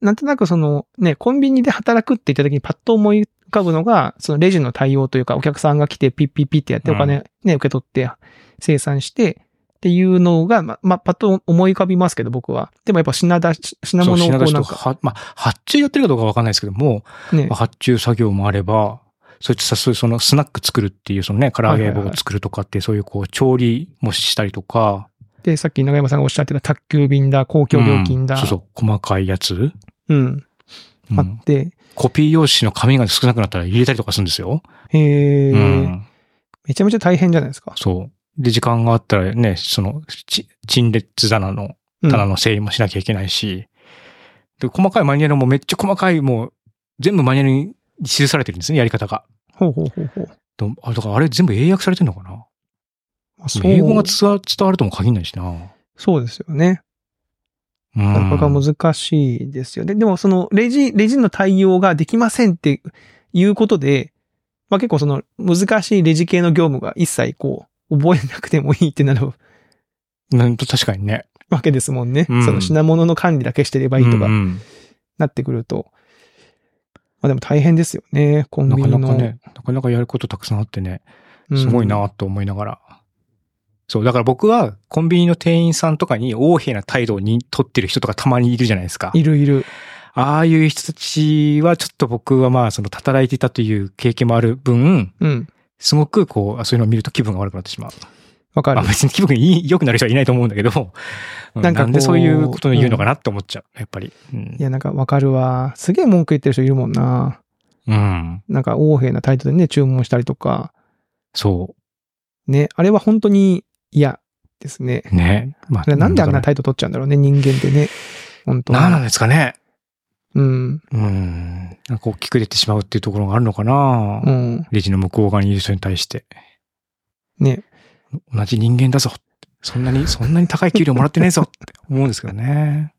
Speaker 2: なんとなくその、ね、コンビニで働くって言った時にパッと思い浮かぶのが、そのレジの対応というか、お客さんが来てピッピッピッってやって
Speaker 1: う
Speaker 2: お
Speaker 1: ん
Speaker 2: 金、ね、受け取って生産して、っていうのが、ま、ま、パッと思い浮かびますけど、僕は。でもやっぱ品出し、品
Speaker 1: そう
Speaker 2: 物を
Speaker 1: 品
Speaker 2: こ
Speaker 1: 出
Speaker 2: う
Speaker 1: し
Speaker 2: な
Speaker 1: と
Speaker 2: ん
Speaker 1: か、
Speaker 2: か、
Speaker 1: はまあ、発注やってるかどうかわかんないですけども、
Speaker 2: ね
Speaker 1: まあ、、発注作業もあれば、そういったさ、そういうそのスナック作るっていう、そのね、唐揚げ棒を作るとかって、そういうこう、調理もしたりとか、
Speaker 2: で、さっき長山さんがおっしゃってた宅急便だ、公共料金だ、
Speaker 1: うんそうそう、細かいやつ。
Speaker 2: うん
Speaker 1: うん
Speaker 2: あって、
Speaker 1: コピー用紙の紙が少なくなったら入れたりとかするんですよ。
Speaker 2: えー
Speaker 1: うん。
Speaker 2: めちゃめちゃ大変じゃないですか。
Speaker 1: そう。で、時間があったらね、その、ち陳列棚の、
Speaker 2: うん
Speaker 1: 棚の整理もしなきゃいけないし、で、細かいマニュアルもめっちゃ細かい、もう、全部マニュアルに記されてるんですね、やり方が。
Speaker 2: ほうほうほうほう。
Speaker 1: とあ、だからあれ全部英訳されてるのかな
Speaker 2: まあそう
Speaker 1: 英語がつわ伝わるとも限らないしな。
Speaker 2: そうですよね。
Speaker 1: うん
Speaker 2: なかなか難しいですよね。でも、その、レジ、レジの対応ができませんっていうことで、まあ結構その、難しいレジ系の業務が一切こう、覚えなくてもいいってなる
Speaker 1: なんと確かにね。
Speaker 2: わけですもんね。
Speaker 1: うん
Speaker 2: その品物の管理だけしてればいいと
Speaker 1: うん
Speaker 2: か
Speaker 1: うん
Speaker 2: なってくると。まあでも大変ですよね。コンビ
Speaker 1: な
Speaker 2: ニ
Speaker 1: か
Speaker 2: の。
Speaker 1: なかね、なかなかやることたくさんあってね、
Speaker 2: うん
Speaker 1: すごいなと思いながら。そう、だから僕はコンビニの店員さんとかに横柄な態度に取ってる人とかたまにいるじゃないですか。
Speaker 2: いるいる。
Speaker 1: ああいう人たちはちょっと僕はまあその働いていたという経験もある分、
Speaker 2: うん。
Speaker 1: すごくこう、あそういうのを見ると気分が悪くなってしまう。
Speaker 2: わか
Speaker 1: まあ
Speaker 2: る。
Speaker 1: 別に気分がいい良くなる人はいないと思うんだけ ど、うんな
Speaker 2: な
Speaker 1: んん
Speaker 2: かこう
Speaker 1: でそういうことを言うのかなって思っちゃう、やっぱり。うん
Speaker 2: いや、なんかわかるわ。すげえ文句言ってる人いるもんな。
Speaker 1: うん。
Speaker 2: なんか、横柄な態度でね、注文したりとか。
Speaker 1: そ
Speaker 2: ね、あれは本当に嫌ですね。
Speaker 1: う。ね。ま
Speaker 2: あれなんであんな
Speaker 1: だか
Speaker 2: 態度取っちゃうんだろうね、人間ってね。本当
Speaker 1: らなんなんですかね。
Speaker 2: うん。
Speaker 1: うん。なんか大きく出てしまうっていうところがあるのかな、
Speaker 2: うん。
Speaker 1: レジの向こう側にいる人に対して。
Speaker 2: ね。
Speaker 1: 同じ人間だぞ。そんなに、そんなに高い給料もらってないぞって思うんですけどね。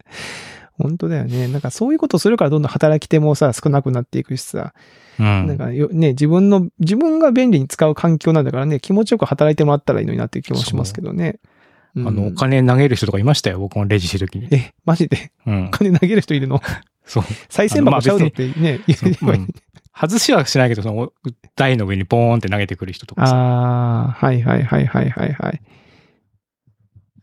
Speaker 2: 本当だよね。なんかそういうことするからどんどん働き手もさ、少なくなっていくしさ。
Speaker 1: うん。
Speaker 2: なんかよ、ね、自分の、自分が便利に使う環境なんだからね、気持ちよく働いてもらったらいいのになっていう気もしますけどね。うん
Speaker 1: あの、お金投げる人とかいましたよ。僕もレジしてる時に。
Speaker 2: え、マジで、
Speaker 1: う
Speaker 2: お
Speaker 1: ん。
Speaker 2: 金投げる人いるの
Speaker 1: そう。
Speaker 2: 再生箱ちゃうのってね、 言えばいい。
Speaker 1: 外しはしないけど、その、台の上にポーンって投げてくる人とかさ。
Speaker 2: ああ、はいはいはいはいはいはい。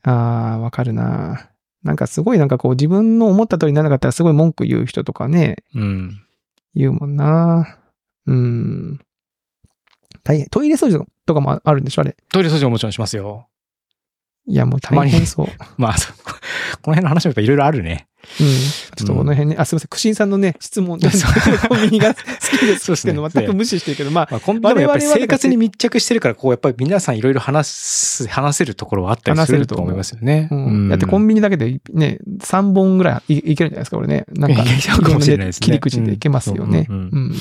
Speaker 2: ああ、わかるな。なんかすごいなんかこう自分の思った通りにならなかったらすごい文句言う人とかね、
Speaker 1: うん。
Speaker 2: 言うもんな。うん。大変。トイレ掃除とかもあるんでしょあれ。
Speaker 1: トイレ掃除ももちろんしますよ。
Speaker 2: いや、もう
Speaker 1: たま
Speaker 2: 大
Speaker 1: に
Speaker 2: 変そう。うん。
Speaker 1: まあ、そうここの辺の話もやっぱいろいろあるね。
Speaker 2: ちょっとこの辺ね、あ、すいません。クシンさんのね、質 問、コ
Speaker 1: そう
Speaker 2: ンビニが好きです
Speaker 1: そうです
Speaker 2: ってい
Speaker 1: ね
Speaker 2: うの全く無視してるけど、まあ、
Speaker 1: まあ、コンビニでもやっぱり
Speaker 2: 我々はだから
Speaker 1: 生活に密着してるから、こう、やっぱり皆さんいろいろ話す、話せるところはあったりす
Speaker 2: 話せる
Speaker 1: る
Speaker 2: と
Speaker 1: と
Speaker 2: 思う
Speaker 1: 思いますよね。
Speaker 2: うん、だってコンビニだけでね、3本ぐらいいいけるんじゃないですか、これね。なんか、
Speaker 1: いけちゃうかもしれないですね
Speaker 2: 切り口でいけますよね。う
Speaker 1: うんんうん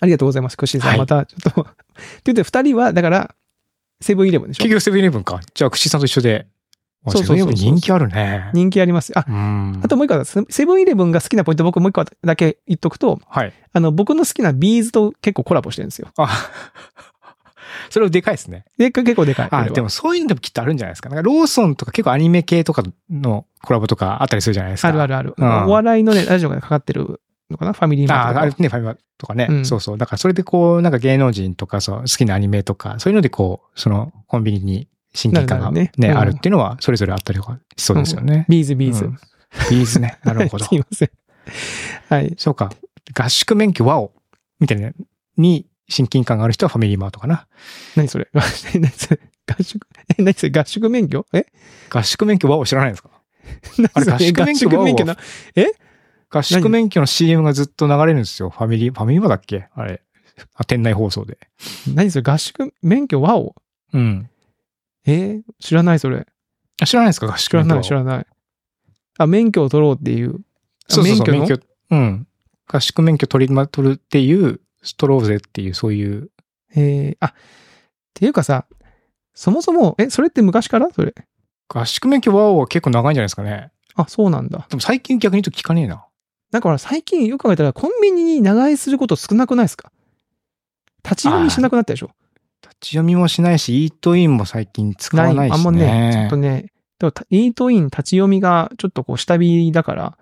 Speaker 2: ありがとうございます、クッシーさん。
Speaker 1: はい
Speaker 2: また、ちょっと、ということで、2人は、だから、セブンイレブンでしょ
Speaker 1: 企業セブンイレブンか。じゃあ、串井さんと一緒で。まあ
Speaker 2: そうそうそうそう
Speaker 1: セブンイレブン人気あるね。
Speaker 2: 人気あります。あ、
Speaker 1: うん。
Speaker 2: あともう一個は、セセブンイレブンが好きなポイント、僕もう一個だけ言っとくと、
Speaker 1: はい。
Speaker 2: あの、僕の好きなビーズと結構コラボしてるんですよ。
Speaker 1: あ、 それはでかいですね。
Speaker 2: で、結構でかい。こ
Speaker 1: あ、
Speaker 2: れは
Speaker 1: でもそういうのでもきっとあるんじゃないですか。なんかローソンとか結構アニメ系とかのコラボとかあったりするじゃないですか。
Speaker 2: あるあ
Speaker 1: る。
Speaker 2: るある。
Speaker 1: うん
Speaker 2: お笑いのね、ラジオがかかってるのかなファミリーマートと
Speaker 1: あ
Speaker 2: か
Speaker 1: あるね、ファミマとかね、
Speaker 2: うん
Speaker 1: そうそう。だからそれでこう、なんか芸能人とか、そう、好きなアニメとか、そういうのでこう、そのコンビニに親近感が
Speaker 2: なるなる
Speaker 1: ね、
Speaker 2: ねうん
Speaker 1: あるっていうのは、それぞれあったりとかしそうですよね。
Speaker 2: ビーズ、ビーズ。
Speaker 1: うんいいですね。な るほど
Speaker 2: す。いません。はい。
Speaker 1: そうか。合宿免許ワオみたいな、に親近感がある人はファミリーマートかな。
Speaker 2: 何それ 何それ合宿え、何それ合宿免許え
Speaker 1: 合宿免許ワオ知らないんですか
Speaker 2: 何そ
Speaker 1: 合宿免許
Speaker 2: 合宿免許な
Speaker 1: は。合宿
Speaker 2: 何
Speaker 1: 免許の CM がずっと流れるんですよ。ファミリー、ファミマだっけあれ。あ、店内放送で。
Speaker 2: 何それ合宿免許ワオ
Speaker 1: うん。
Speaker 2: えー知らないそれ。
Speaker 1: あ知らないですか合宿
Speaker 2: 知ら
Speaker 1: 免許
Speaker 2: な
Speaker 1: はい
Speaker 2: 知らない。あ、免許を取ろうっていう。あ
Speaker 1: そうそうそう。
Speaker 2: 免
Speaker 1: 免
Speaker 2: 許
Speaker 1: 許
Speaker 2: の
Speaker 1: うん。合宿免許取りま、取るっていう、ストローゼっていう、そういう。
Speaker 2: えーあ、っていうかさ、そもそも、え、それって昔からそれ。
Speaker 1: 合宿免許ワオは結構長いんじゃないですかね。
Speaker 2: あ、そうなんだ。
Speaker 1: でも最近逆に言うと聞かねえな。
Speaker 2: なんかほら最近よく考えたら、コンビニに長居すること少なくないですか立ち読みしなくなったでしょ
Speaker 1: 立ち読みもしないし、イートインも最近使わないし、ね。
Speaker 2: あんまね、ちょっとね、でもたイートイン立ち読みがちょっとこう下火だから、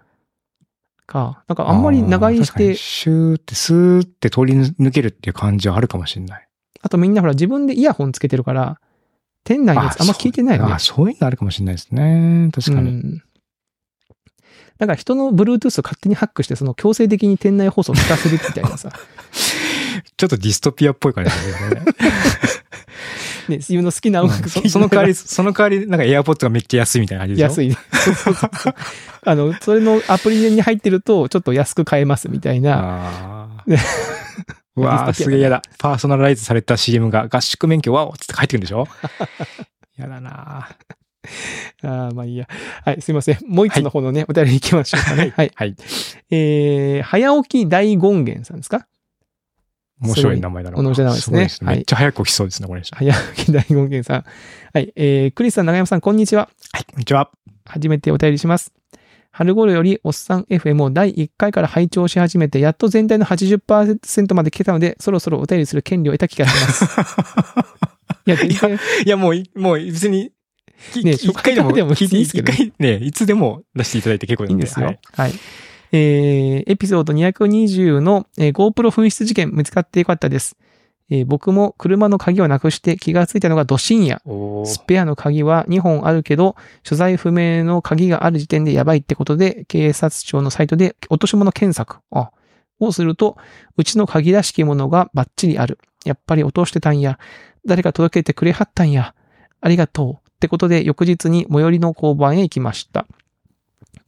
Speaker 2: か、なんかあんまり長居し
Speaker 1: あー確か
Speaker 2: て
Speaker 1: に、シューってスーって通り抜けるっていう感じはあるかもしれない。
Speaker 2: あとみんなほら自分でイヤホンつけてるから、店内のやつあんま聞いてないよね
Speaker 1: あ、。そういうのあるかもしれないですね。確かに。
Speaker 2: うん。なんか人の Bluetooth を勝手にハックして、その強制的に店内放送を聞かせるみたい なさ、
Speaker 1: ちょっとディストピアっぽい感じだ ね。
Speaker 2: ね、自分の好きな音楽
Speaker 1: そその代わり、 その代わり、なんか AirPods がめっちゃ安いみたいな感じでしょ
Speaker 2: 安いね。そうそうそう あの、それのアプリに入ってると、ちょっと安く買えますみたいな。
Speaker 1: あ
Speaker 2: ね
Speaker 1: ーうわーすげえやだ。パーソナライズされた CM が合宿免許はおっつって入ってくるんでしょやだ なー
Speaker 2: ああ、まあいいや。はい、すいません。もう一つの方のね、お便り行きましょうかね。はい。
Speaker 1: はい。
Speaker 2: えー、早起き大権現さんですか
Speaker 1: 面白い名前だな。
Speaker 2: 面白い名前ですね
Speaker 1: ごい
Speaker 2: はい
Speaker 1: めっちゃ早く起きそうですね、これ。
Speaker 2: 早起き大権現さん。はい。えー、クリスさん、長山さん、こんにちは。
Speaker 1: はい、こんにちは。
Speaker 2: 初めてお便りします。春頃よりおっさん FM を第1回から拝聴し始めて、やっと全体の80%まで来たので、そろそろお便りする権利を得た気がし ます。いや、全然、
Speaker 1: いや、もうい、もう別に、き
Speaker 2: ね
Speaker 1: 一回でも
Speaker 2: 初回でも
Speaker 1: 聞いていいですけど、
Speaker 2: いい
Speaker 1: 一回ね、いつでも出していただいて結構ない
Speaker 2: いん
Speaker 1: んで
Speaker 2: ですよ。
Speaker 1: は
Speaker 2: はい
Speaker 1: い。
Speaker 2: えーエピソード220の、えー GoPro 紛失事件見つかってよかったです。えー僕も車の鍵をなくして気がついたのがド深夜。
Speaker 1: お
Speaker 2: ス
Speaker 1: ー
Speaker 2: ペアの鍵は2本あるけど、所在不明の鍵がある時点でやばいってことで、警察庁のサイトで落とし物検索あをすると、うちの鍵らしきものがバッチリある。やっぱり落としてたんや。誰か届けてくれはったんや。ありがとう。ってことで、翌日に最寄りの交番へ行きました。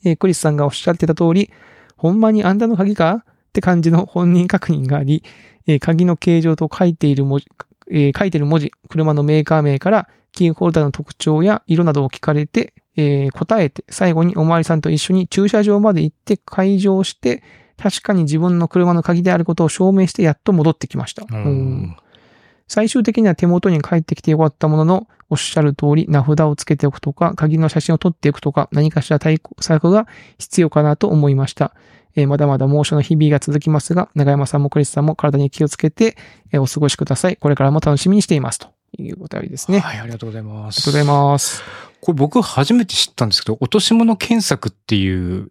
Speaker 2: えークリスさんがおっしゃってた通り、ほんまにあんたの鍵かって感じの本人確認があり、えー鍵の形状と書いている文字、えー書いてる文字、車のメーカー名からキーホルダーの特徴や色などを聞かれて、えー答えて、最後におまわりさんと一緒に駐車場まで行って解錠して、確かに自分の車の鍵であることを証明してやっと戻ってきました。
Speaker 1: う
Speaker 2: うん
Speaker 1: ん。
Speaker 2: 最終的には手元に帰ってきてよかったものの、おっしゃる通り名札をつけておくとか、鍵の写真を撮っていくとか、何かしら対策が必要かなと思いました。えーまだまだ猛暑の日々が続きますが、長山さんもクリスさんも体に気をつけて、えーお過ごしください。これからも楽しみにしています。というお便りですね。あ
Speaker 1: はい、ありがとうございま
Speaker 2: りが
Speaker 1: す。
Speaker 2: とうございます。
Speaker 1: これ僕初めて知ったんですけど、落とし物検索っていう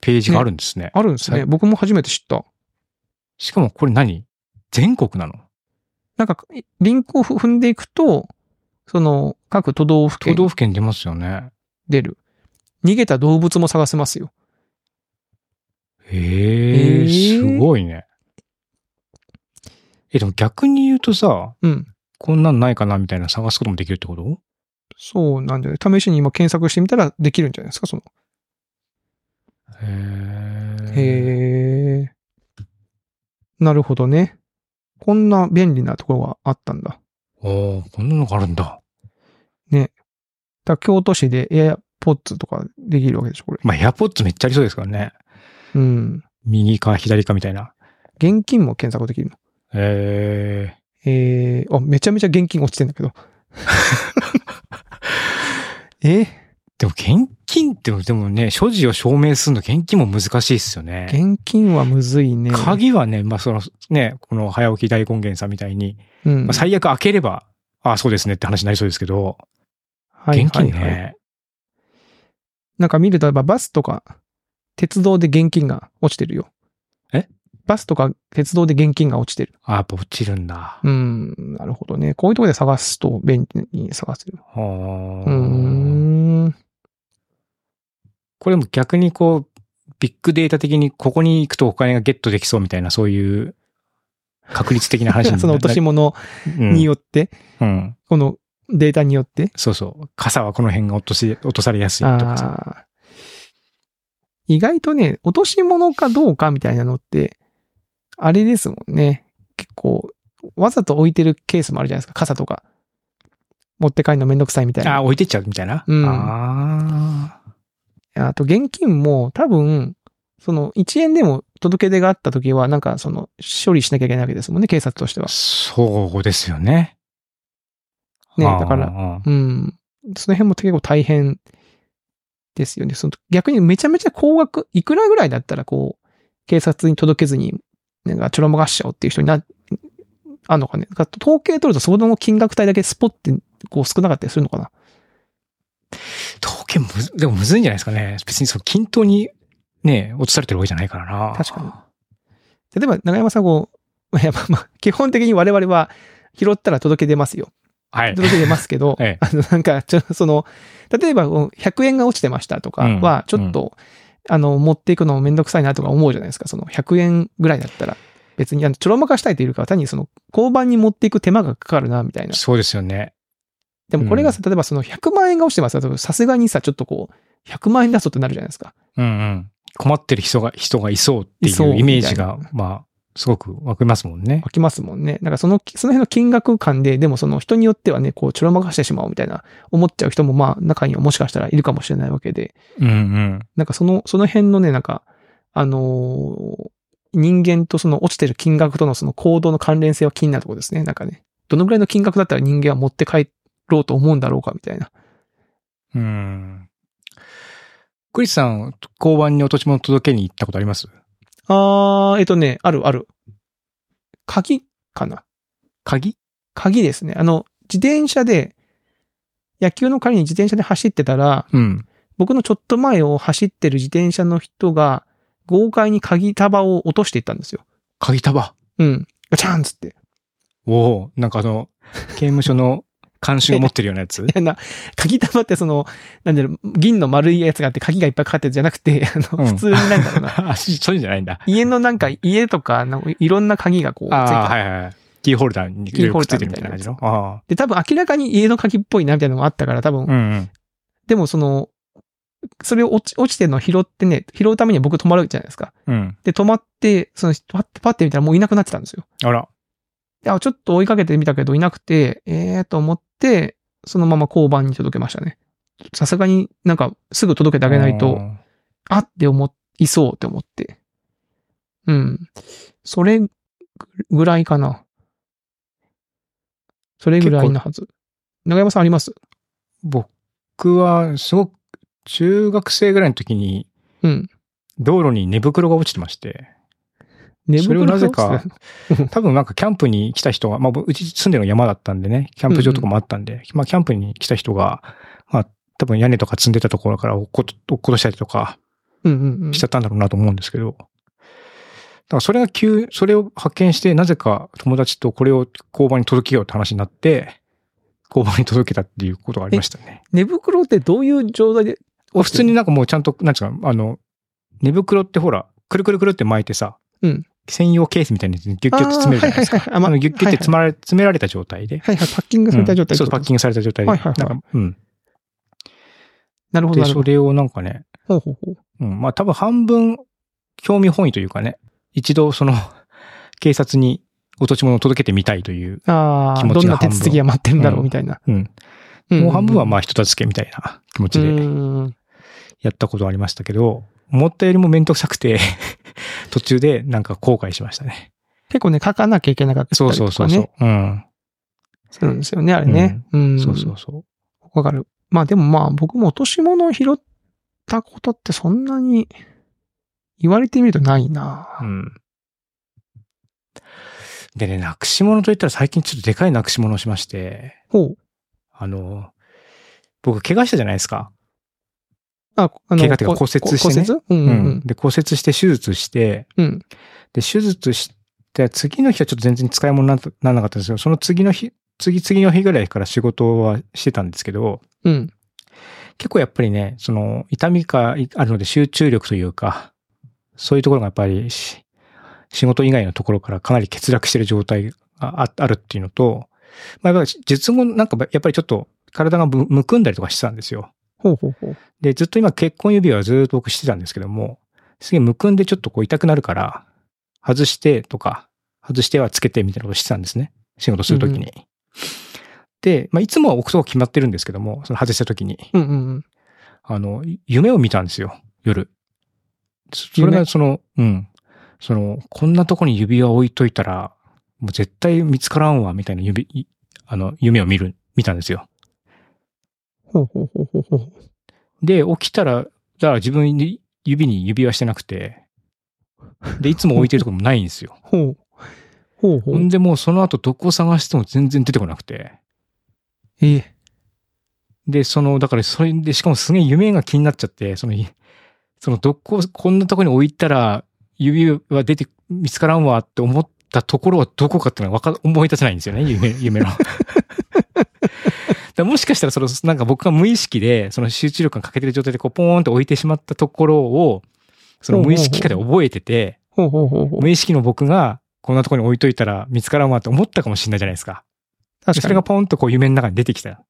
Speaker 1: ページがあるんですね。
Speaker 2: あるんです
Speaker 1: は
Speaker 2: ね。
Speaker 1: い
Speaker 2: 僕も初めて知った。
Speaker 1: しかもこれ何全国なの
Speaker 2: なんか、リンクを踏んでいくと、その、各都道府
Speaker 1: 都
Speaker 2: 県
Speaker 1: 道府県出ますよね。
Speaker 2: 出る。逃げた動物も探せますよ。
Speaker 1: へえ
Speaker 2: へー
Speaker 1: すごいね。え、でも逆に言うとさ、
Speaker 2: うん。
Speaker 1: こんなんないかなみたいな探すこともできるってこと
Speaker 2: そうなんじゃない試しに今検索してみたらできるんじゃないですかその。
Speaker 1: へえ。
Speaker 2: へえ。なるほどね。こんな便利なところがあったんだ。
Speaker 1: おーこんなのがあるんだ。
Speaker 2: だから京都市で AirPods とかできるわけでしょ、これ。
Speaker 1: まあ、エアポッツめっちゃありそうですからね。
Speaker 2: うん。
Speaker 1: 右か左かみたいな。
Speaker 2: 現金も検索できるの。
Speaker 1: へえ。
Speaker 2: えー、あ、めちゃめちゃ現金落ちてんだけ ど。え
Speaker 1: でも現金って、でもね、所持を証明するの現金も難しいですよね。
Speaker 2: 現金はむずいね。
Speaker 1: 鍵はね、まあそのね、この早起き大根源さんみたいに、
Speaker 2: うん
Speaker 1: まあ、最悪開ければ、ああ、そうですねって話になりそうですけど、
Speaker 2: はい
Speaker 1: 現金ね。
Speaker 2: はいはいなんか見ると、やっぱバスとか、鉄道で現金が落ちてるよ。
Speaker 1: え
Speaker 2: バスとか鉄道で現金が落ちてる。
Speaker 1: ああ、やっぱ落ちるんだ。
Speaker 2: うん、なるほどね。こういうところで探すと便利に探せる。
Speaker 1: はー
Speaker 2: うーん。
Speaker 1: これも逆にこう、ビッグデータ的にここに行くとお金がゲットできそうみたいな、そういう確率的な話にな
Speaker 2: その落とし物によって、
Speaker 1: うん。うん
Speaker 2: このデータによって。
Speaker 1: そうそう。傘はこの辺が落とし、落とされやすいとかさ。
Speaker 2: ああ。意外とね、落とし物かどうかみたいなのって、あれですもんね。結構、わざと置いてるケースもあるじゃないですか。傘とか。持って帰るのめんどくさいみたいな。
Speaker 1: ああ、置いてっちゃうみたいな。
Speaker 2: うん
Speaker 1: ああ。
Speaker 2: あと現金も多分、その1円でも届け出があった時は、なんかその処理しなきゃいけないわけですもんね、警察としては。
Speaker 1: そうですよね。
Speaker 2: ね
Speaker 1: ああ
Speaker 2: だから。
Speaker 1: ああ
Speaker 2: うん。その辺も結構大変ですよね。その逆にめちゃめちゃ高額、いくらぐらいだったらこう、警察に届けずに、なんかちょろまかしちゃおうっていう人にな、あんのかね。だから統計取るとその金額帯だけスポってこう少なかったりするのかな。
Speaker 1: 統計むず、でもむずいんじゃないですかね。別にその均等にね、落とされてるわけじゃないからな。
Speaker 2: 確かに。例えば長山さんこう、い やまあまあ、基本的に我々は拾ったら届け出ますよ。
Speaker 1: はい。、
Speaker 2: 届け出ますけど
Speaker 1: ええ
Speaker 2: あの、なんか、ちょ、その、例えば、こう100円が落ちてましたとかは、ち
Speaker 1: うん
Speaker 2: ょっと、あの、持っていくのめんどくさいなとか思うじゃないですか。その、100円ぐらいだったら。別に、あの、ちょろまかしたいというよりかは、単にその、交番に持っていく手間がかかるな、みたいな。
Speaker 1: そうですよね。
Speaker 2: でもこれがさ、例えばその、100万円が落ちてますと、さすがにさ、ちょっとこう、100万円出そうってなるじゃないですか。
Speaker 1: うんうん。困ってる人が、人がいそうって
Speaker 2: いそ
Speaker 1: いううイメージが
Speaker 2: みた、
Speaker 1: まあ、すごくわかりますもんね。
Speaker 2: 湧きますもんね。だからその、その辺の金額感で、でもその人によってはね、こう、ちょろまかしてしまおうみたいな、思っちゃう人も、まあ、中にはもしかしたらいるかもしれないわけで。
Speaker 1: うんうん。
Speaker 2: なんかその、その辺のね、なんか、あのー人間とその落ちてる金額とのその行動の関連性は気になるところですね。なんかね。どのぐらいの金額だったら人間は持って帰ろうと思うんだろうかみたいな。
Speaker 1: うん。クリスさん、交番に落とし物届けに行ったことあります
Speaker 2: あー、えっとね、あるある。鍵かな
Speaker 1: 鍵
Speaker 2: 鍵ですね。あの、自転車で、野球の帰りに自転車で走ってたら、
Speaker 1: うん。
Speaker 2: 僕のちょっと前を走ってる自転車の人が、豪快に鍵束を落としていったんですよ。
Speaker 1: 鍵束。
Speaker 2: うん。ガチャンっつって。
Speaker 1: おおなんかあの、刑務所の監修を持ってるような やつ
Speaker 2: 変な、鍵玉ってその、なんだろう、銀の丸いやつがあって鍵がいっぱいかかってるじゃなくて、 あの、
Speaker 1: うん
Speaker 2: 普通になんだろうな。
Speaker 1: あ、そういうんじゃないんだ。
Speaker 2: 家のなんか、家とか、なんかいろんな鍵がこう、ついて
Speaker 1: ああ、
Speaker 2: る
Speaker 1: はいはいはい。キーホルダーに
Speaker 2: キーホ
Speaker 1: くっ
Speaker 2: ル
Speaker 1: つ
Speaker 2: ダ
Speaker 1: い
Speaker 2: ー
Speaker 1: て
Speaker 2: み
Speaker 1: るみ
Speaker 2: た
Speaker 1: たいな感
Speaker 2: いなやつ
Speaker 1: じの。あ
Speaker 2: で、多分明らかに家の鍵っぽいなみたいなのがあったから、多分、
Speaker 1: あ。うんうん。
Speaker 2: でもその、それを落ち落ちてるのを拾ってね、拾うためには僕止まるじゃないですか。
Speaker 1: うん。
Speaker 2: で、止まって、その、パッてパッて見たらもういなくなってたんですよ。
Speaker 1: あら。
Speaker 2: であ、ちょっと追いかけてみたけどいなくて、えーと思って、そのまま交番に届けましたね。さすがになんかすぐ届けてあげないと、
Speaker 1: うん。
Speaker 2: あって思いそうって思って。うん。それぐぐらいかな。それぐらいなはず。長山さんあります
Speaker 1: 僕は、すごく、中学生ぐらいの時に、
Speaker 2: うん。
Speaker 1: 道路に寝袋が落ちてまして、
Speaker 2: 寝
Speaker 1: それを
Speaker 2: 袋
Speaker 1: なぜ
Speaker 2: が
Speaker 1: か
Speaker 2: 落ちてたの、
Speaker 1: 多分なんかキャンプに来た人が、まあうち住んでるの山だったんでね、キャンプ場とかもあったんで、まあキャンプに来た人が、まあ多分屋根とか積んでたところから落っこと落っことしたりとか
Speaker 2: うんうんうん
Speaker 1: しちゃったんだろうなと思うんですけど、だからそれが急、それを発見して、なぜか友達とこれを交番に届けようって話になって、交番に届けたっていうことがありましたね。
Speaker 2: 寝袋ってどういう状態で
Speaker 1: 普通になんかもうちゃんと、なんていうか、あの、寝袋ってほら、くるくるくるって巻いてさ、
Speaker 2: うん
Speaker 1: 専用ケースみたいなやつにギュッギュッと詰めるじゃないですか。
Speaker 2: あーはいはいはいあま
Speaker 1: あの、ギュッギュッて詰まれ、詰められた状態で。
Speaker 2: はいはい、パッキングされた状態、
Speaker 1: うんそう、パッキングされた状態で。
Speaker 2: はいはいはい
Speaker 1: なんかうん。
Speaker 2: なるほ
Speaker 1: で、
Speaker 2: ど、なる
Speaker 1: そ
Speaker 2: ほど。
Speaker 1: れをなんかね、
Speaker 2: ほうほうほう。
Speaker 1: うん、まあ多分半分、興味本位というかね、一度その、 警察に落とし物を届けてみたいという、
Speaker 2: あ
Speaker 1: 気
Speaker 2: あ、
Speaker 1: 持
Speaker 2: ど
Speaker 1: ち
Speaker 2: ん
Speaker 1: が半分
Speaker 2: な手続きが待ってるんだろう、
Speaker 1: うん
Speaker 2: みたいな。
Speaker 1: うん。
Speaker 2: ん
Speaker 1: もう半分はまあ人助けみたいな気持ち
Speaker 2: う
Speaker 1: で
Speaker 2: ん
Speaker 1: やったことありましたけど、思ったよりも面倒くさくて、 途中でなんか後悔しましたね。
Speaker 2: 結構ね、書かなきゃいけなかったりと
Speaker 1: そ
Speaker 2: か
Speaker 1: う
Speaker 2: ね。
Speaker 1: そうそうそう。うん。
Speaker 2: するんですよね、あれね。うん。
Speaker 1: そうそうそう。
Speaker 2: わかる。まあでもまあ僕も落とし物を拾ったことってそんなに言われてみるとないな。
Speaker 1: うん。でね、なくし物といったら最近ちょっとでかいなくし物をしまして、
Speaker 2: ほう。
Speaker 1: あの、僕怪我したじゃないですか。
Speaker 2: あ、あ
Speaker 1: 怪我っていうか骨折してね
Speaker 2: 骨折うん
Speaker 1: う
Speaker 2: うんん
Speaker 1: で、骨折して手術して、
Speaker 2: うん。うん。
Speaker 1: で、手術して、次の日はちょっと全然使い物にならなかったんですけど、その次の日、次々の日ぐらいから仕事はしてたんですけど、
Speaker 2: うん。
Speaker 1: 結構やっぱりね、その痛みがあるので集中力というか、そういうところがやっぱりし仕事以外のところからかなり欠落してる状態がああるっていうのと、まあやっぱり術後なんかやっぱりちょっと体がむむくんだりとかしてたんですよ。
Speaker 2: ほうほうほう。
Speaker 1: で、ずっと今結婚指輪はずっと僕してたんですけども、すげえむくんでちょっとこう痛くなるから、外してとか、外してはつけてみたいなことしてたんですね。仕事するときに。で、まあいつもは置くとこ決まってるんですけども、その外したときに。
Speaker 2: うんうんうん。
Speaker 1: あの、い夢を見たんですよ、夜。そそれが
Speaker 2: 夢
Speaker 1: その、うん。その、こんなとこに指輪置いといたら、もう絶対見つからんわ、みたいな指、いあの、夢を見る、見たんですよ。
Speaker 2: ほうほうほうほうほう。
Speaker 1: で、起きたら、だから自分に指に指輪してなくて、で、いつも置いてるとこもないんです よ。
Speaker 2: ほう。ほうほ
Speaker 1: ほ。
Speaker 2: うん
Speaker 1: でもうその後どこを探しても全然出てこなくて。
Speaker 2: ええ。
Speaker 1: で、その、だからそれで、しかもすげえ夢が気になっちゃって、その、いその、どこ、こんなとこに置いたら、指は出て、見つからんわって思ったところはどこかっていうのはわか、思い出せないんですよね、夢、夢の。 だからもしかしたら、その、なんか僕が無意識で、その集中力が欠けてる状態で、こう、ポーンって置いてしまったところを、その無意識化で覚えてて、
Speaker 2: ほうほうほうほう。
Speaker 1: 無意識の僕が、こんなところに置いといたら見つからんわって思ったかもしれないじゃないですか。
Speaker 2: 確
Speaker 1: そ
Speaker 2: か
Speaker 1: れ
Speaker 2: に
Speaker 1: が。ポンとこう夢の中に出てきた。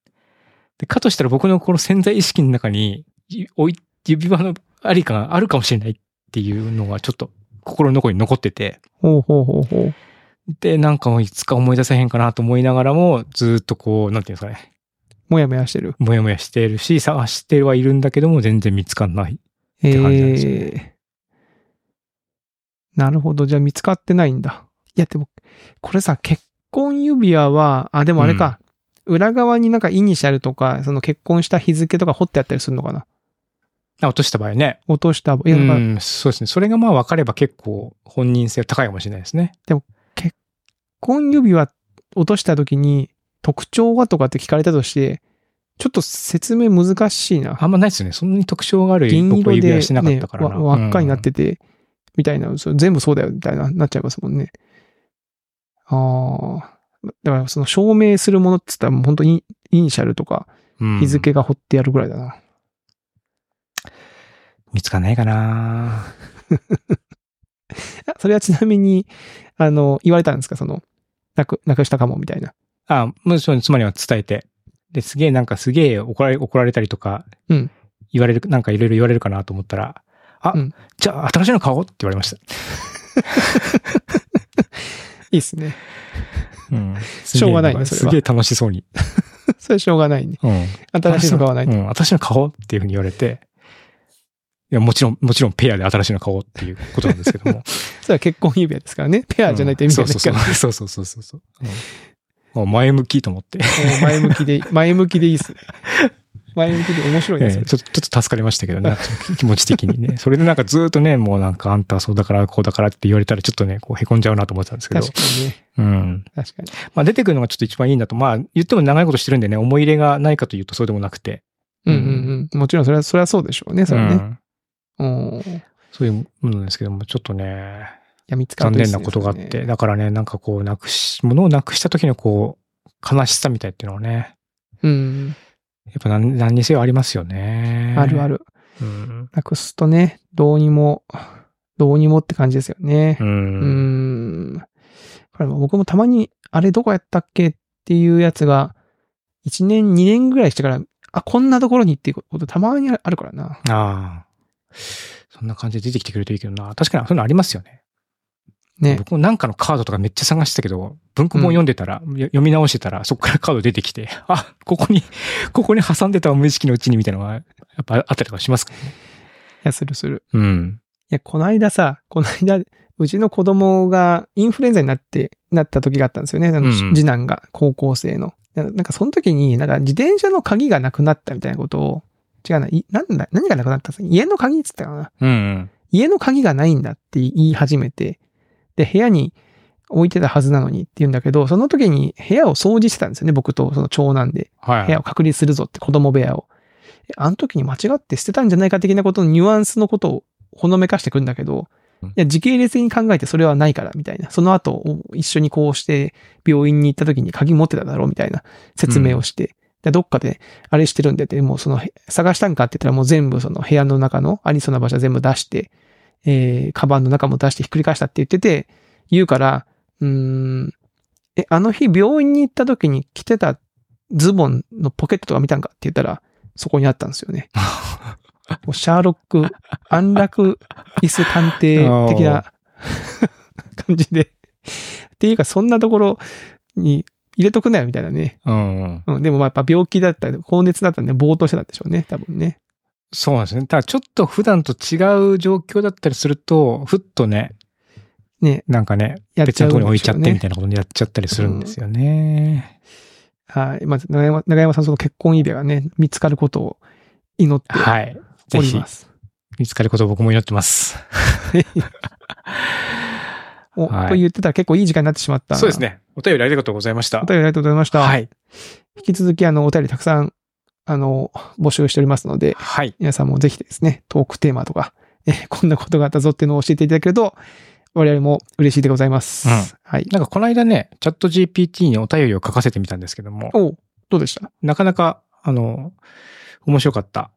Speaker 1: で、かとしたら僕のこの潜在意識の中に、いおい指輪のありかがあるかもしれないっていうのがちょっと心の残りに残ってて、
Speaker 2: ほうほうほうほう。
Speaker 1: で、なんかもういつか思い出せへんかなと思いながらも、ずーっとこう、なんていうんですかね、
Speaker 2: もやもやしてる。
Speaker 1: もやもやしてるし、探してはいるんだけども全然見つかんない。
Speaker 2: え
Speaker 1: 感じなんですよね
Speaker 2: えなるほど。じゃあ見つかってないんだ。いや、でも、これさ、結婚指輪は、あ、でもあれか、裏側になんかイニシャルとか、その結婚した日付とか掘ってあったりするのかな
Speaker 1: あ落とした場合ね。
Speaker 2: 落とした、いうや、だから
Speaker 1: ん、そうですね。それがまあ分かれば結構本人性高いかもしれないですね。
Speaker 2: 結婚指輪落とした時に、特徴はとかって聞かれたとして、ちょっと説明難しいな
Speaker 1: あ。んまないですよね。そんなに特徴がある
Speaker 2: 銀
Speaker 1: 僕は指
Speaker 2: 色で、
Speaker 1: 輪してなかったから
Speaker 2: ね
Speaker 1: な。
Speaker 2: わ輪っかになっ
Speaker 1: うん
Speaker 2: てて、みたいな、そう全部そうだよ、みたいな、なっちゃいますもんね。ああ。だから、その証明するものって言ったら、もう本当にイニシャルとか、
Speaker 1: うん
Speaker 2: 日付が掘ってやるぐらいだな。
Speaker 1: 見つかんないかな
Speaker 2: あそれはちなみに、あの、言われたんですかその、なく、なくしたかも、みたいな。
Speaker 1: あ、もうそう、妻には伝えて。で、すげえなんかすげえ怒られ、怒られたりとか、
Speaker 2: うん
Speaker 1: 言われる、なんかいろいろ言われるかなと思ったら、あ、
Speaker 2: うん
Speaker 1: じゃあ新しいの買おうって言われました。
Speaker 2: いいっすね。
Speaker 1: うん。
Speaker 2: しょうがない ね
Speaker 1: す
Speaker 2: それは
Speaker 1: げえんかすげえ楽しそうに。
Speaker 2: それはしょうがないね。
Speaker 1: うん。
Speaker 2: 新しいの買わないと。
Speaker 1: うん、新しいの買おうっていうふうに言われて、いや、もちろん、もちろんペアで新しいの買おうっていうことなんですけども。
Speaker 2: それは結婚指輪ですからね。 ペアじゃないと意味がない
Speaker 1: うんそ
Speaker 2: か
Speaker 1: う
Speaker 2: ら。
Speaker 1: そうそうそうそうそうそう。うんあ前向きと思って、
Speaker 2: もう前向きで、前向きでいいっすね。前向きで面白い
Speaker 1: ええ
Speaker 2: で
Speaker 1: ち
Speaker 2: す
Speaker 1: ょっと、ちょっと助かりましたけどね、 気持ち的にね。それでなんかずっとね、もうなんかあんたはそうだから、こうだからって言われたらちょっとね、こう凹んじゃうなと思ってたんですけど
Speaker 2: 確。かにね。
Speaker 1: うん。
Speaker 2: 確かに。
Speaker 1: まあ出てくるのがちょっと一番いいんだと、まあ言っても長いことしてるんでね、思い入れがないかというとそうでもなくて。
Speaker 2: うんうんうん。もちろんそれは、それはそうでしょうね、それは
Speaker 1: う
Speaker 2: ね。
Speaker 1: ん
Speaker 2: うん。い
Speaker 1: そういうものですけども、ちょっとね、
Speaker 2: や、見つか
Speaker 1: 残
Speaker 2: るとい
Speaker 1: 念
Speaker 2: いっすね
Speaker 1: なことがあって、
Speaker 2: それね
Speaker 1: だからね、なんかこう、なくし、物をなくした時のこう、悲しさみたいっていうのはね、
Speaker 2: うん。
Speaker 1: やっぱ何何にせよありますよね。
Speaker 2: あるあ。る。
Speaker 1: うん。
Speaker 2: なくすとね、どうにもどうにもって感じですよね
Speaker 1: う。。
Speaker 2: うんん。これも僕もたまに、あれどこやったっけっていうやつが、1年、2年ぐらいしてから、あ、こんなところにっていうことたまにあるからな。
Speaker 1: ああ。そんな感じで出てきてくれるといいけどな。確かにそういうのありますよね。
Speaker 2: ね。
Speaker 1: 僕もなんかのカードとかめっちゃ探してたけど、文庫本読んでたら、よ読み直してたら、そこからカード出てきて、 あ、ここに、ここに挟んでたわ無意識のうちにみたいなのが、やっぱあったりとかしますからね。
Speaker 2: いや、するする。
Speaker 1: うん。
Speaker 2: いや、こないださ、こないだ、うちの子供がインフルエンザになって、なった時があったんですよね。あの、
Speaker 1: うんうん
Speaker 2: 次男が、高校生の。ななんか、その時に、なんか、自転車の鍵がなくなったみたいなことを、違うな、いなんだ、何がなくなったんですか家の鍵って言ったか
Speaker 1: う
Speaker 2: な
Speaker 1: ん、うん。
Speaker 2: 家の鍵がないんだって言い始めて、で、部屋に置いてたはずなのにって言うんだけど、その時に部屋を掃除してたんですよね、僕とその長男で。
Speaker 1: はい。
Speaker 2: 部屋を隔離するぞって子供部屋を。であの時に間違って捨てたんじゃないか的なことのニュアンスのことをほのめかしてくんだけど
Speaker 1: うん、
Speaker 2: いや時系列的に考えてそれはないからみたいな。その後を一緒にこうして病院に行った時に鍵持ってただろうみたいな説明をして。でどっかであれしてるんでって、もうそのへ探したんかって言ったらもう全部その部屋の中のありそうな場所全部出して、えー、カバンの中も出してひっくり返したって言ってて、言うから、うーん、え、あの日病院に行った時に着てたズボンのポケットとか見たんかって言ったら、そこにあったんですよね。もうシャーロック、 安楽椅子探偵的な 感じで。っていうか、そんなところに入れとくなよみたいなね。
Speaker 1: うんうん。
Speaker 2: うん、でもまあやっぱ病気だったり、高熱だったんで、暴騰してたんでしょうね、多分ね。
Speaker 1: そうなんですね。ただちょっと普段と違う状況だったりすると、ふっとね、
Speaker 2: ね、
Speaker 1: なんかね、
Speaker 2: やっ
Speaker 1: 別
Speaker 2: ちゃ
Speaker 1: の
Speaker 2: う
Speaker 1: ところ
Speaker 2: んで
Speaker 1: に置い
Speaker 2: し
Speaker 1: ちゃ
Speaker 2: ょ
Speaker 1: っ
Speaker 2: う
Speaker 1: てみ
Speaker 2: ね。
Speaker 1: たいなことにやっちゃったりするんですよね。
Speaker 2: はい。まず、長山、長山さん、その結婚指輪がね、見つかることを祈って
Speaker 1: はい。ぜ
Speaker 2: おり
Speaker 1: ひ
Speaker 2: ま、す。
Speaker 1: 見つかることを僕も祈ってます。
Speaker 2: お、
Speaker 1: はい
Speaker 2: と言ってたら結構いい時間になってしまった。
Speaker 1: そうです。ね。お便りありがとうございました
Speaker 2: お。便りありがとうございました。
Speaker 1: はい。
Speaker 2: 引き続き、あの、お便りたくさん、あの、募集しておりますので、
Speaker 1: はい。
Speaker 2: 皆さんもぜひですね、トークテーマとか、えこんなことがあったぞっていうのを教えていただけると、我々も嬉しいでございます。
Speaker 1: うん
Speaker 2: はい。
Speaker 1: なんかこの間ね、チャット GPT にお便りを書かせてみたんですけども、
Speaker 2: おどうでした
Speaker 1: なかなか、あの、面白かった。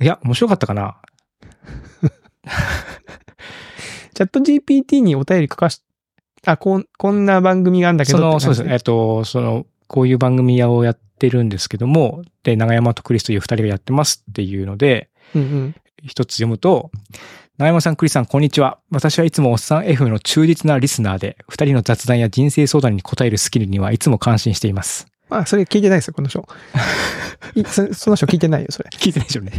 Speaker 1: いや、面白かったかな
Speaker 2: チャット GPT にお便り書かし、あ、こん、こんな番組があるんだけど
Speaker 1: その、
Speaker 2: って
Speaker 1: そうで
Speaker 2: 感じ
Speaker 1: すね。えっと、その、こういう番組をやってるんですけども、で、長山とクリスという二人がやってますっていうので、
Speaker 2: うんうん。
Speaker 1: 一つ読むと、長山さん、クリスさん、こんにちは。私はいつもおっさん F の忠実なリスナーで、二人の雑談や人生相談に答えるスキルにはいつも感心しています。
Speaker 2: まあ、それ聞いてないですよ、この人。いそその人聞いてないよ、それ。
Speaker 1: 聞いてないでしょうね。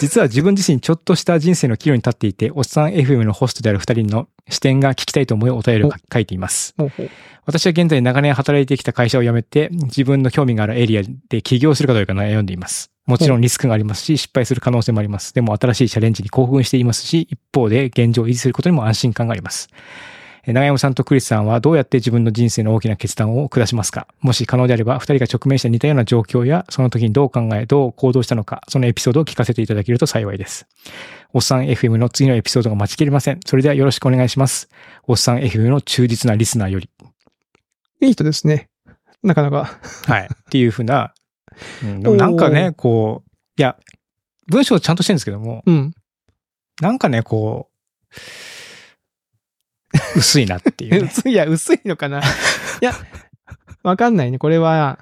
Speaker 1: 実は自分自身ちょっとした人生の岐路に立っていて、おっさん FM のホストである二人の視点が聞きたいと思いお便りを書いています。
Speaker 2: もうほう。
Speaker 1: 私は現在長年働いてきた会社を辞めて、自分の興味があるエリアで起業するかどうか悩んでいます。もちろんリスクがありますし、失敗する可能性もあります。でも新しいチャレンジに興奮していますし、一方で現状を維持することにも安心感があります。えー長山さんとクリスさんはどうやって自分の人生の大きな決断を下しますかもし可能であれば、二人が直面した似たような状況や、その時にどう考え、どう行動したのか、そのエピソードを聞かせていただけると幸いです。おっさん FM の次のエピソードが待ちきれません。それではよろしくお願いします。おっさん FM の忠実なリスナーより。
Speaker 2: いい人ですね。なかなか。
Speaker 1: はい。っていうふうな。うんでもなんか
Speaker 2: お
Speaker 1: ね、こう、いや、文章ちゃんとしてるんですけども、
Speaker 2: うん。
Speaker 1: なんかね、こう、 薄いなっていう、 ね。
Speaker 2: 薄い、いや、薄いのかな。いや、わかんないね、これは。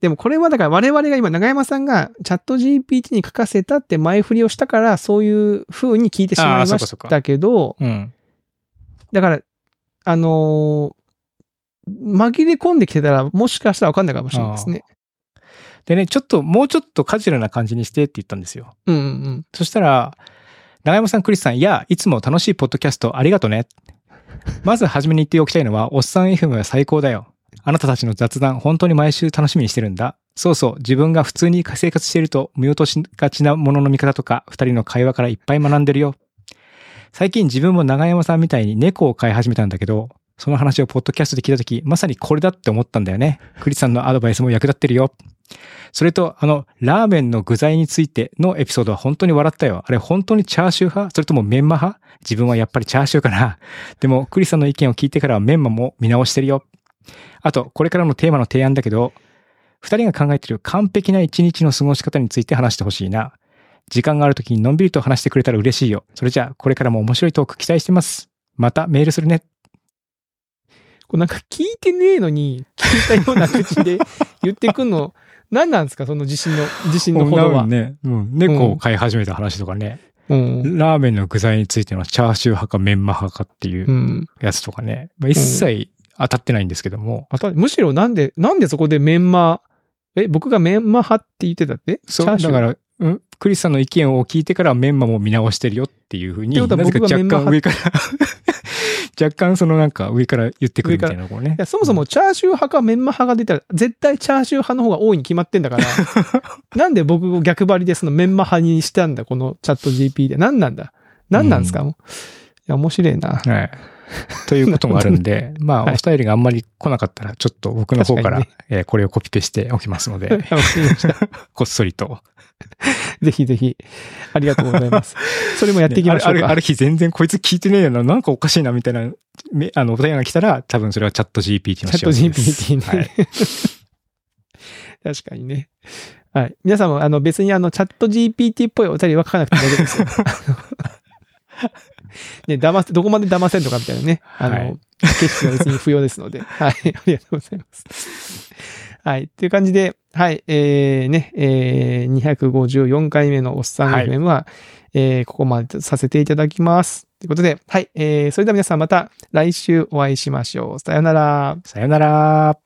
Speaker 2: でもこれはだから我々が今、長山さんがチャット GPT に書かせたって前振りをしたから、そういう風に聞いてしまい
Speaker 1: あーそ
Speaker 2: ま
Speaker 1: うかそ
Speaker 2: し
Speaker 1: うか
Speaker 2: たけど、
Speaker 1: うん。
Speaker 2: だから、あのー紛れ込んできてたら、もしかしたらわかんないかもしれないですね。
Speaker 1: でね、ちょっと、もうちょっとカジュアルな感じにしてって言ったんですよ。
Speaker 2: うんうん
Speaker 1: そしたら、長山さん、クリスさん、いや、いつも楽しいポッドキャストありがとね。まず初めに言っておきたいのは、おっさん FM は最高だよ。あなたたちの雑談、本当に毎週楽しみにしてるんだ。そうそう、自分が普通に生活していると見落としがちなものの見方とか、二人の会話からいっぱい学んでるよ。最近自分も長山さんみたいに猫を飼い始めたんだけど、その話をポッドキャストで聞いたとき、まさにこれだって思ったんだよね。クリスさんのアドバイスも役立ってるよ。それと、あの、ラーメンの具材についてのエピソードは本当に笑ったよ。あれ本当にチャーシュー派それともメンマ派自分はやっぱりチャーシューかな。でも、クリスさんの意見を聞いてからはメンマも見直してるよ。あと、これからのテーマの提案だけど、二人が考えている完璧な一日の過ごし方について話してほしいな。時間がある時にのんびりと話してくれたら嬉しいよ。それじゃあ、これからも面白いトーク期待してます。またメールするね。
Speaker 2: こうなんか聞いてねえのに、聞いたような口で言ってくんの、何なんですかその自信の、自信のほどは。
Speaker 1: ね、うん、猫を飼い始めた話とかね、
Speaker 2: うん。。
Speaker 1: ラーメンの具材についてのチャーシュー派かメンマ派かっていううんやつとかね、まあ、一切当たってないんですけども、
Speaker 2: あたむしろなんで、なんでそこでメンマ、え、僕がメンマ派って言ってたってチ
Speaker 1: そう
Speaker 2: ャーシュ
Speaker 1: だ
Speaker 2: ー
Speaker 1: から、うん、クリスさんの意見を聞いてからメンマも見直してるよっていうふうに、
Speaker 2: ってこと
Speaker 1: な
Speaker 2: は
Speaker 1: ぜか
Speaker 2: 僕が
Speaker 1: 若
Speaker 2: メンマ
Speaker 1: 干上から、 若干そのなんか上から言ってくるみたいなこうね
Speaker 2: いや、。そもそもチャーシュー派かメンマ派が出たら、絶対チャーシュー派の方が多いに決まって んだから、なんで僕を逆張りでそのメンマ派にしたんだ、このチャット GP で。何なんだ何なんですか、もういや、面白 いな。
Speaker 1: はい。ということもあるんで、まあ、
Speaker 2: はい
Speaker 1: お便りがあんまり来なかったら、ちょっと僕の方から、
Speaker 2: 確
Speaker 1: えーこれをコピペしておきますの で、
Speaker 2: ぜ
Speaker 1: こっそりと。
Speaker 2: ひぜひ、ありがとうございます。それもやっていきましょ
Speaker 1: ねあ
Speaker 2: う
Speaker 1: るあるあ
Speaker 2: か。
Speaker 1: る日全然こいつ聞いてねえよな、なんかおかしいな、みたいな、めあの、お便りが来たら、多分それはチャット GPT の仕業です。
Speaker 2: チャット GPT ね
Speaker 1: はい。
Speaker 2: 確かにね。はい。皆さんも、あの、別にあの、チャット GPT っぽいお便りは書かなくても大丈夫 ですよ。ね、騙す、どこまで騙せるのかみたいなね。あの、
Speaker 1: はい
Speaker 2: 決して別に不要ですので。はい。ありがとうございます。はい。という感じで、はい。えー、ね、えー、254回目のおっさん
Speaker 1: はい
Speaker 2: FM は、えーここまでとさせていただきます。ということで、はい。えー、それでは皆さんまた来週お会いしましょう。さようなら。
Speaker 1: さよなら。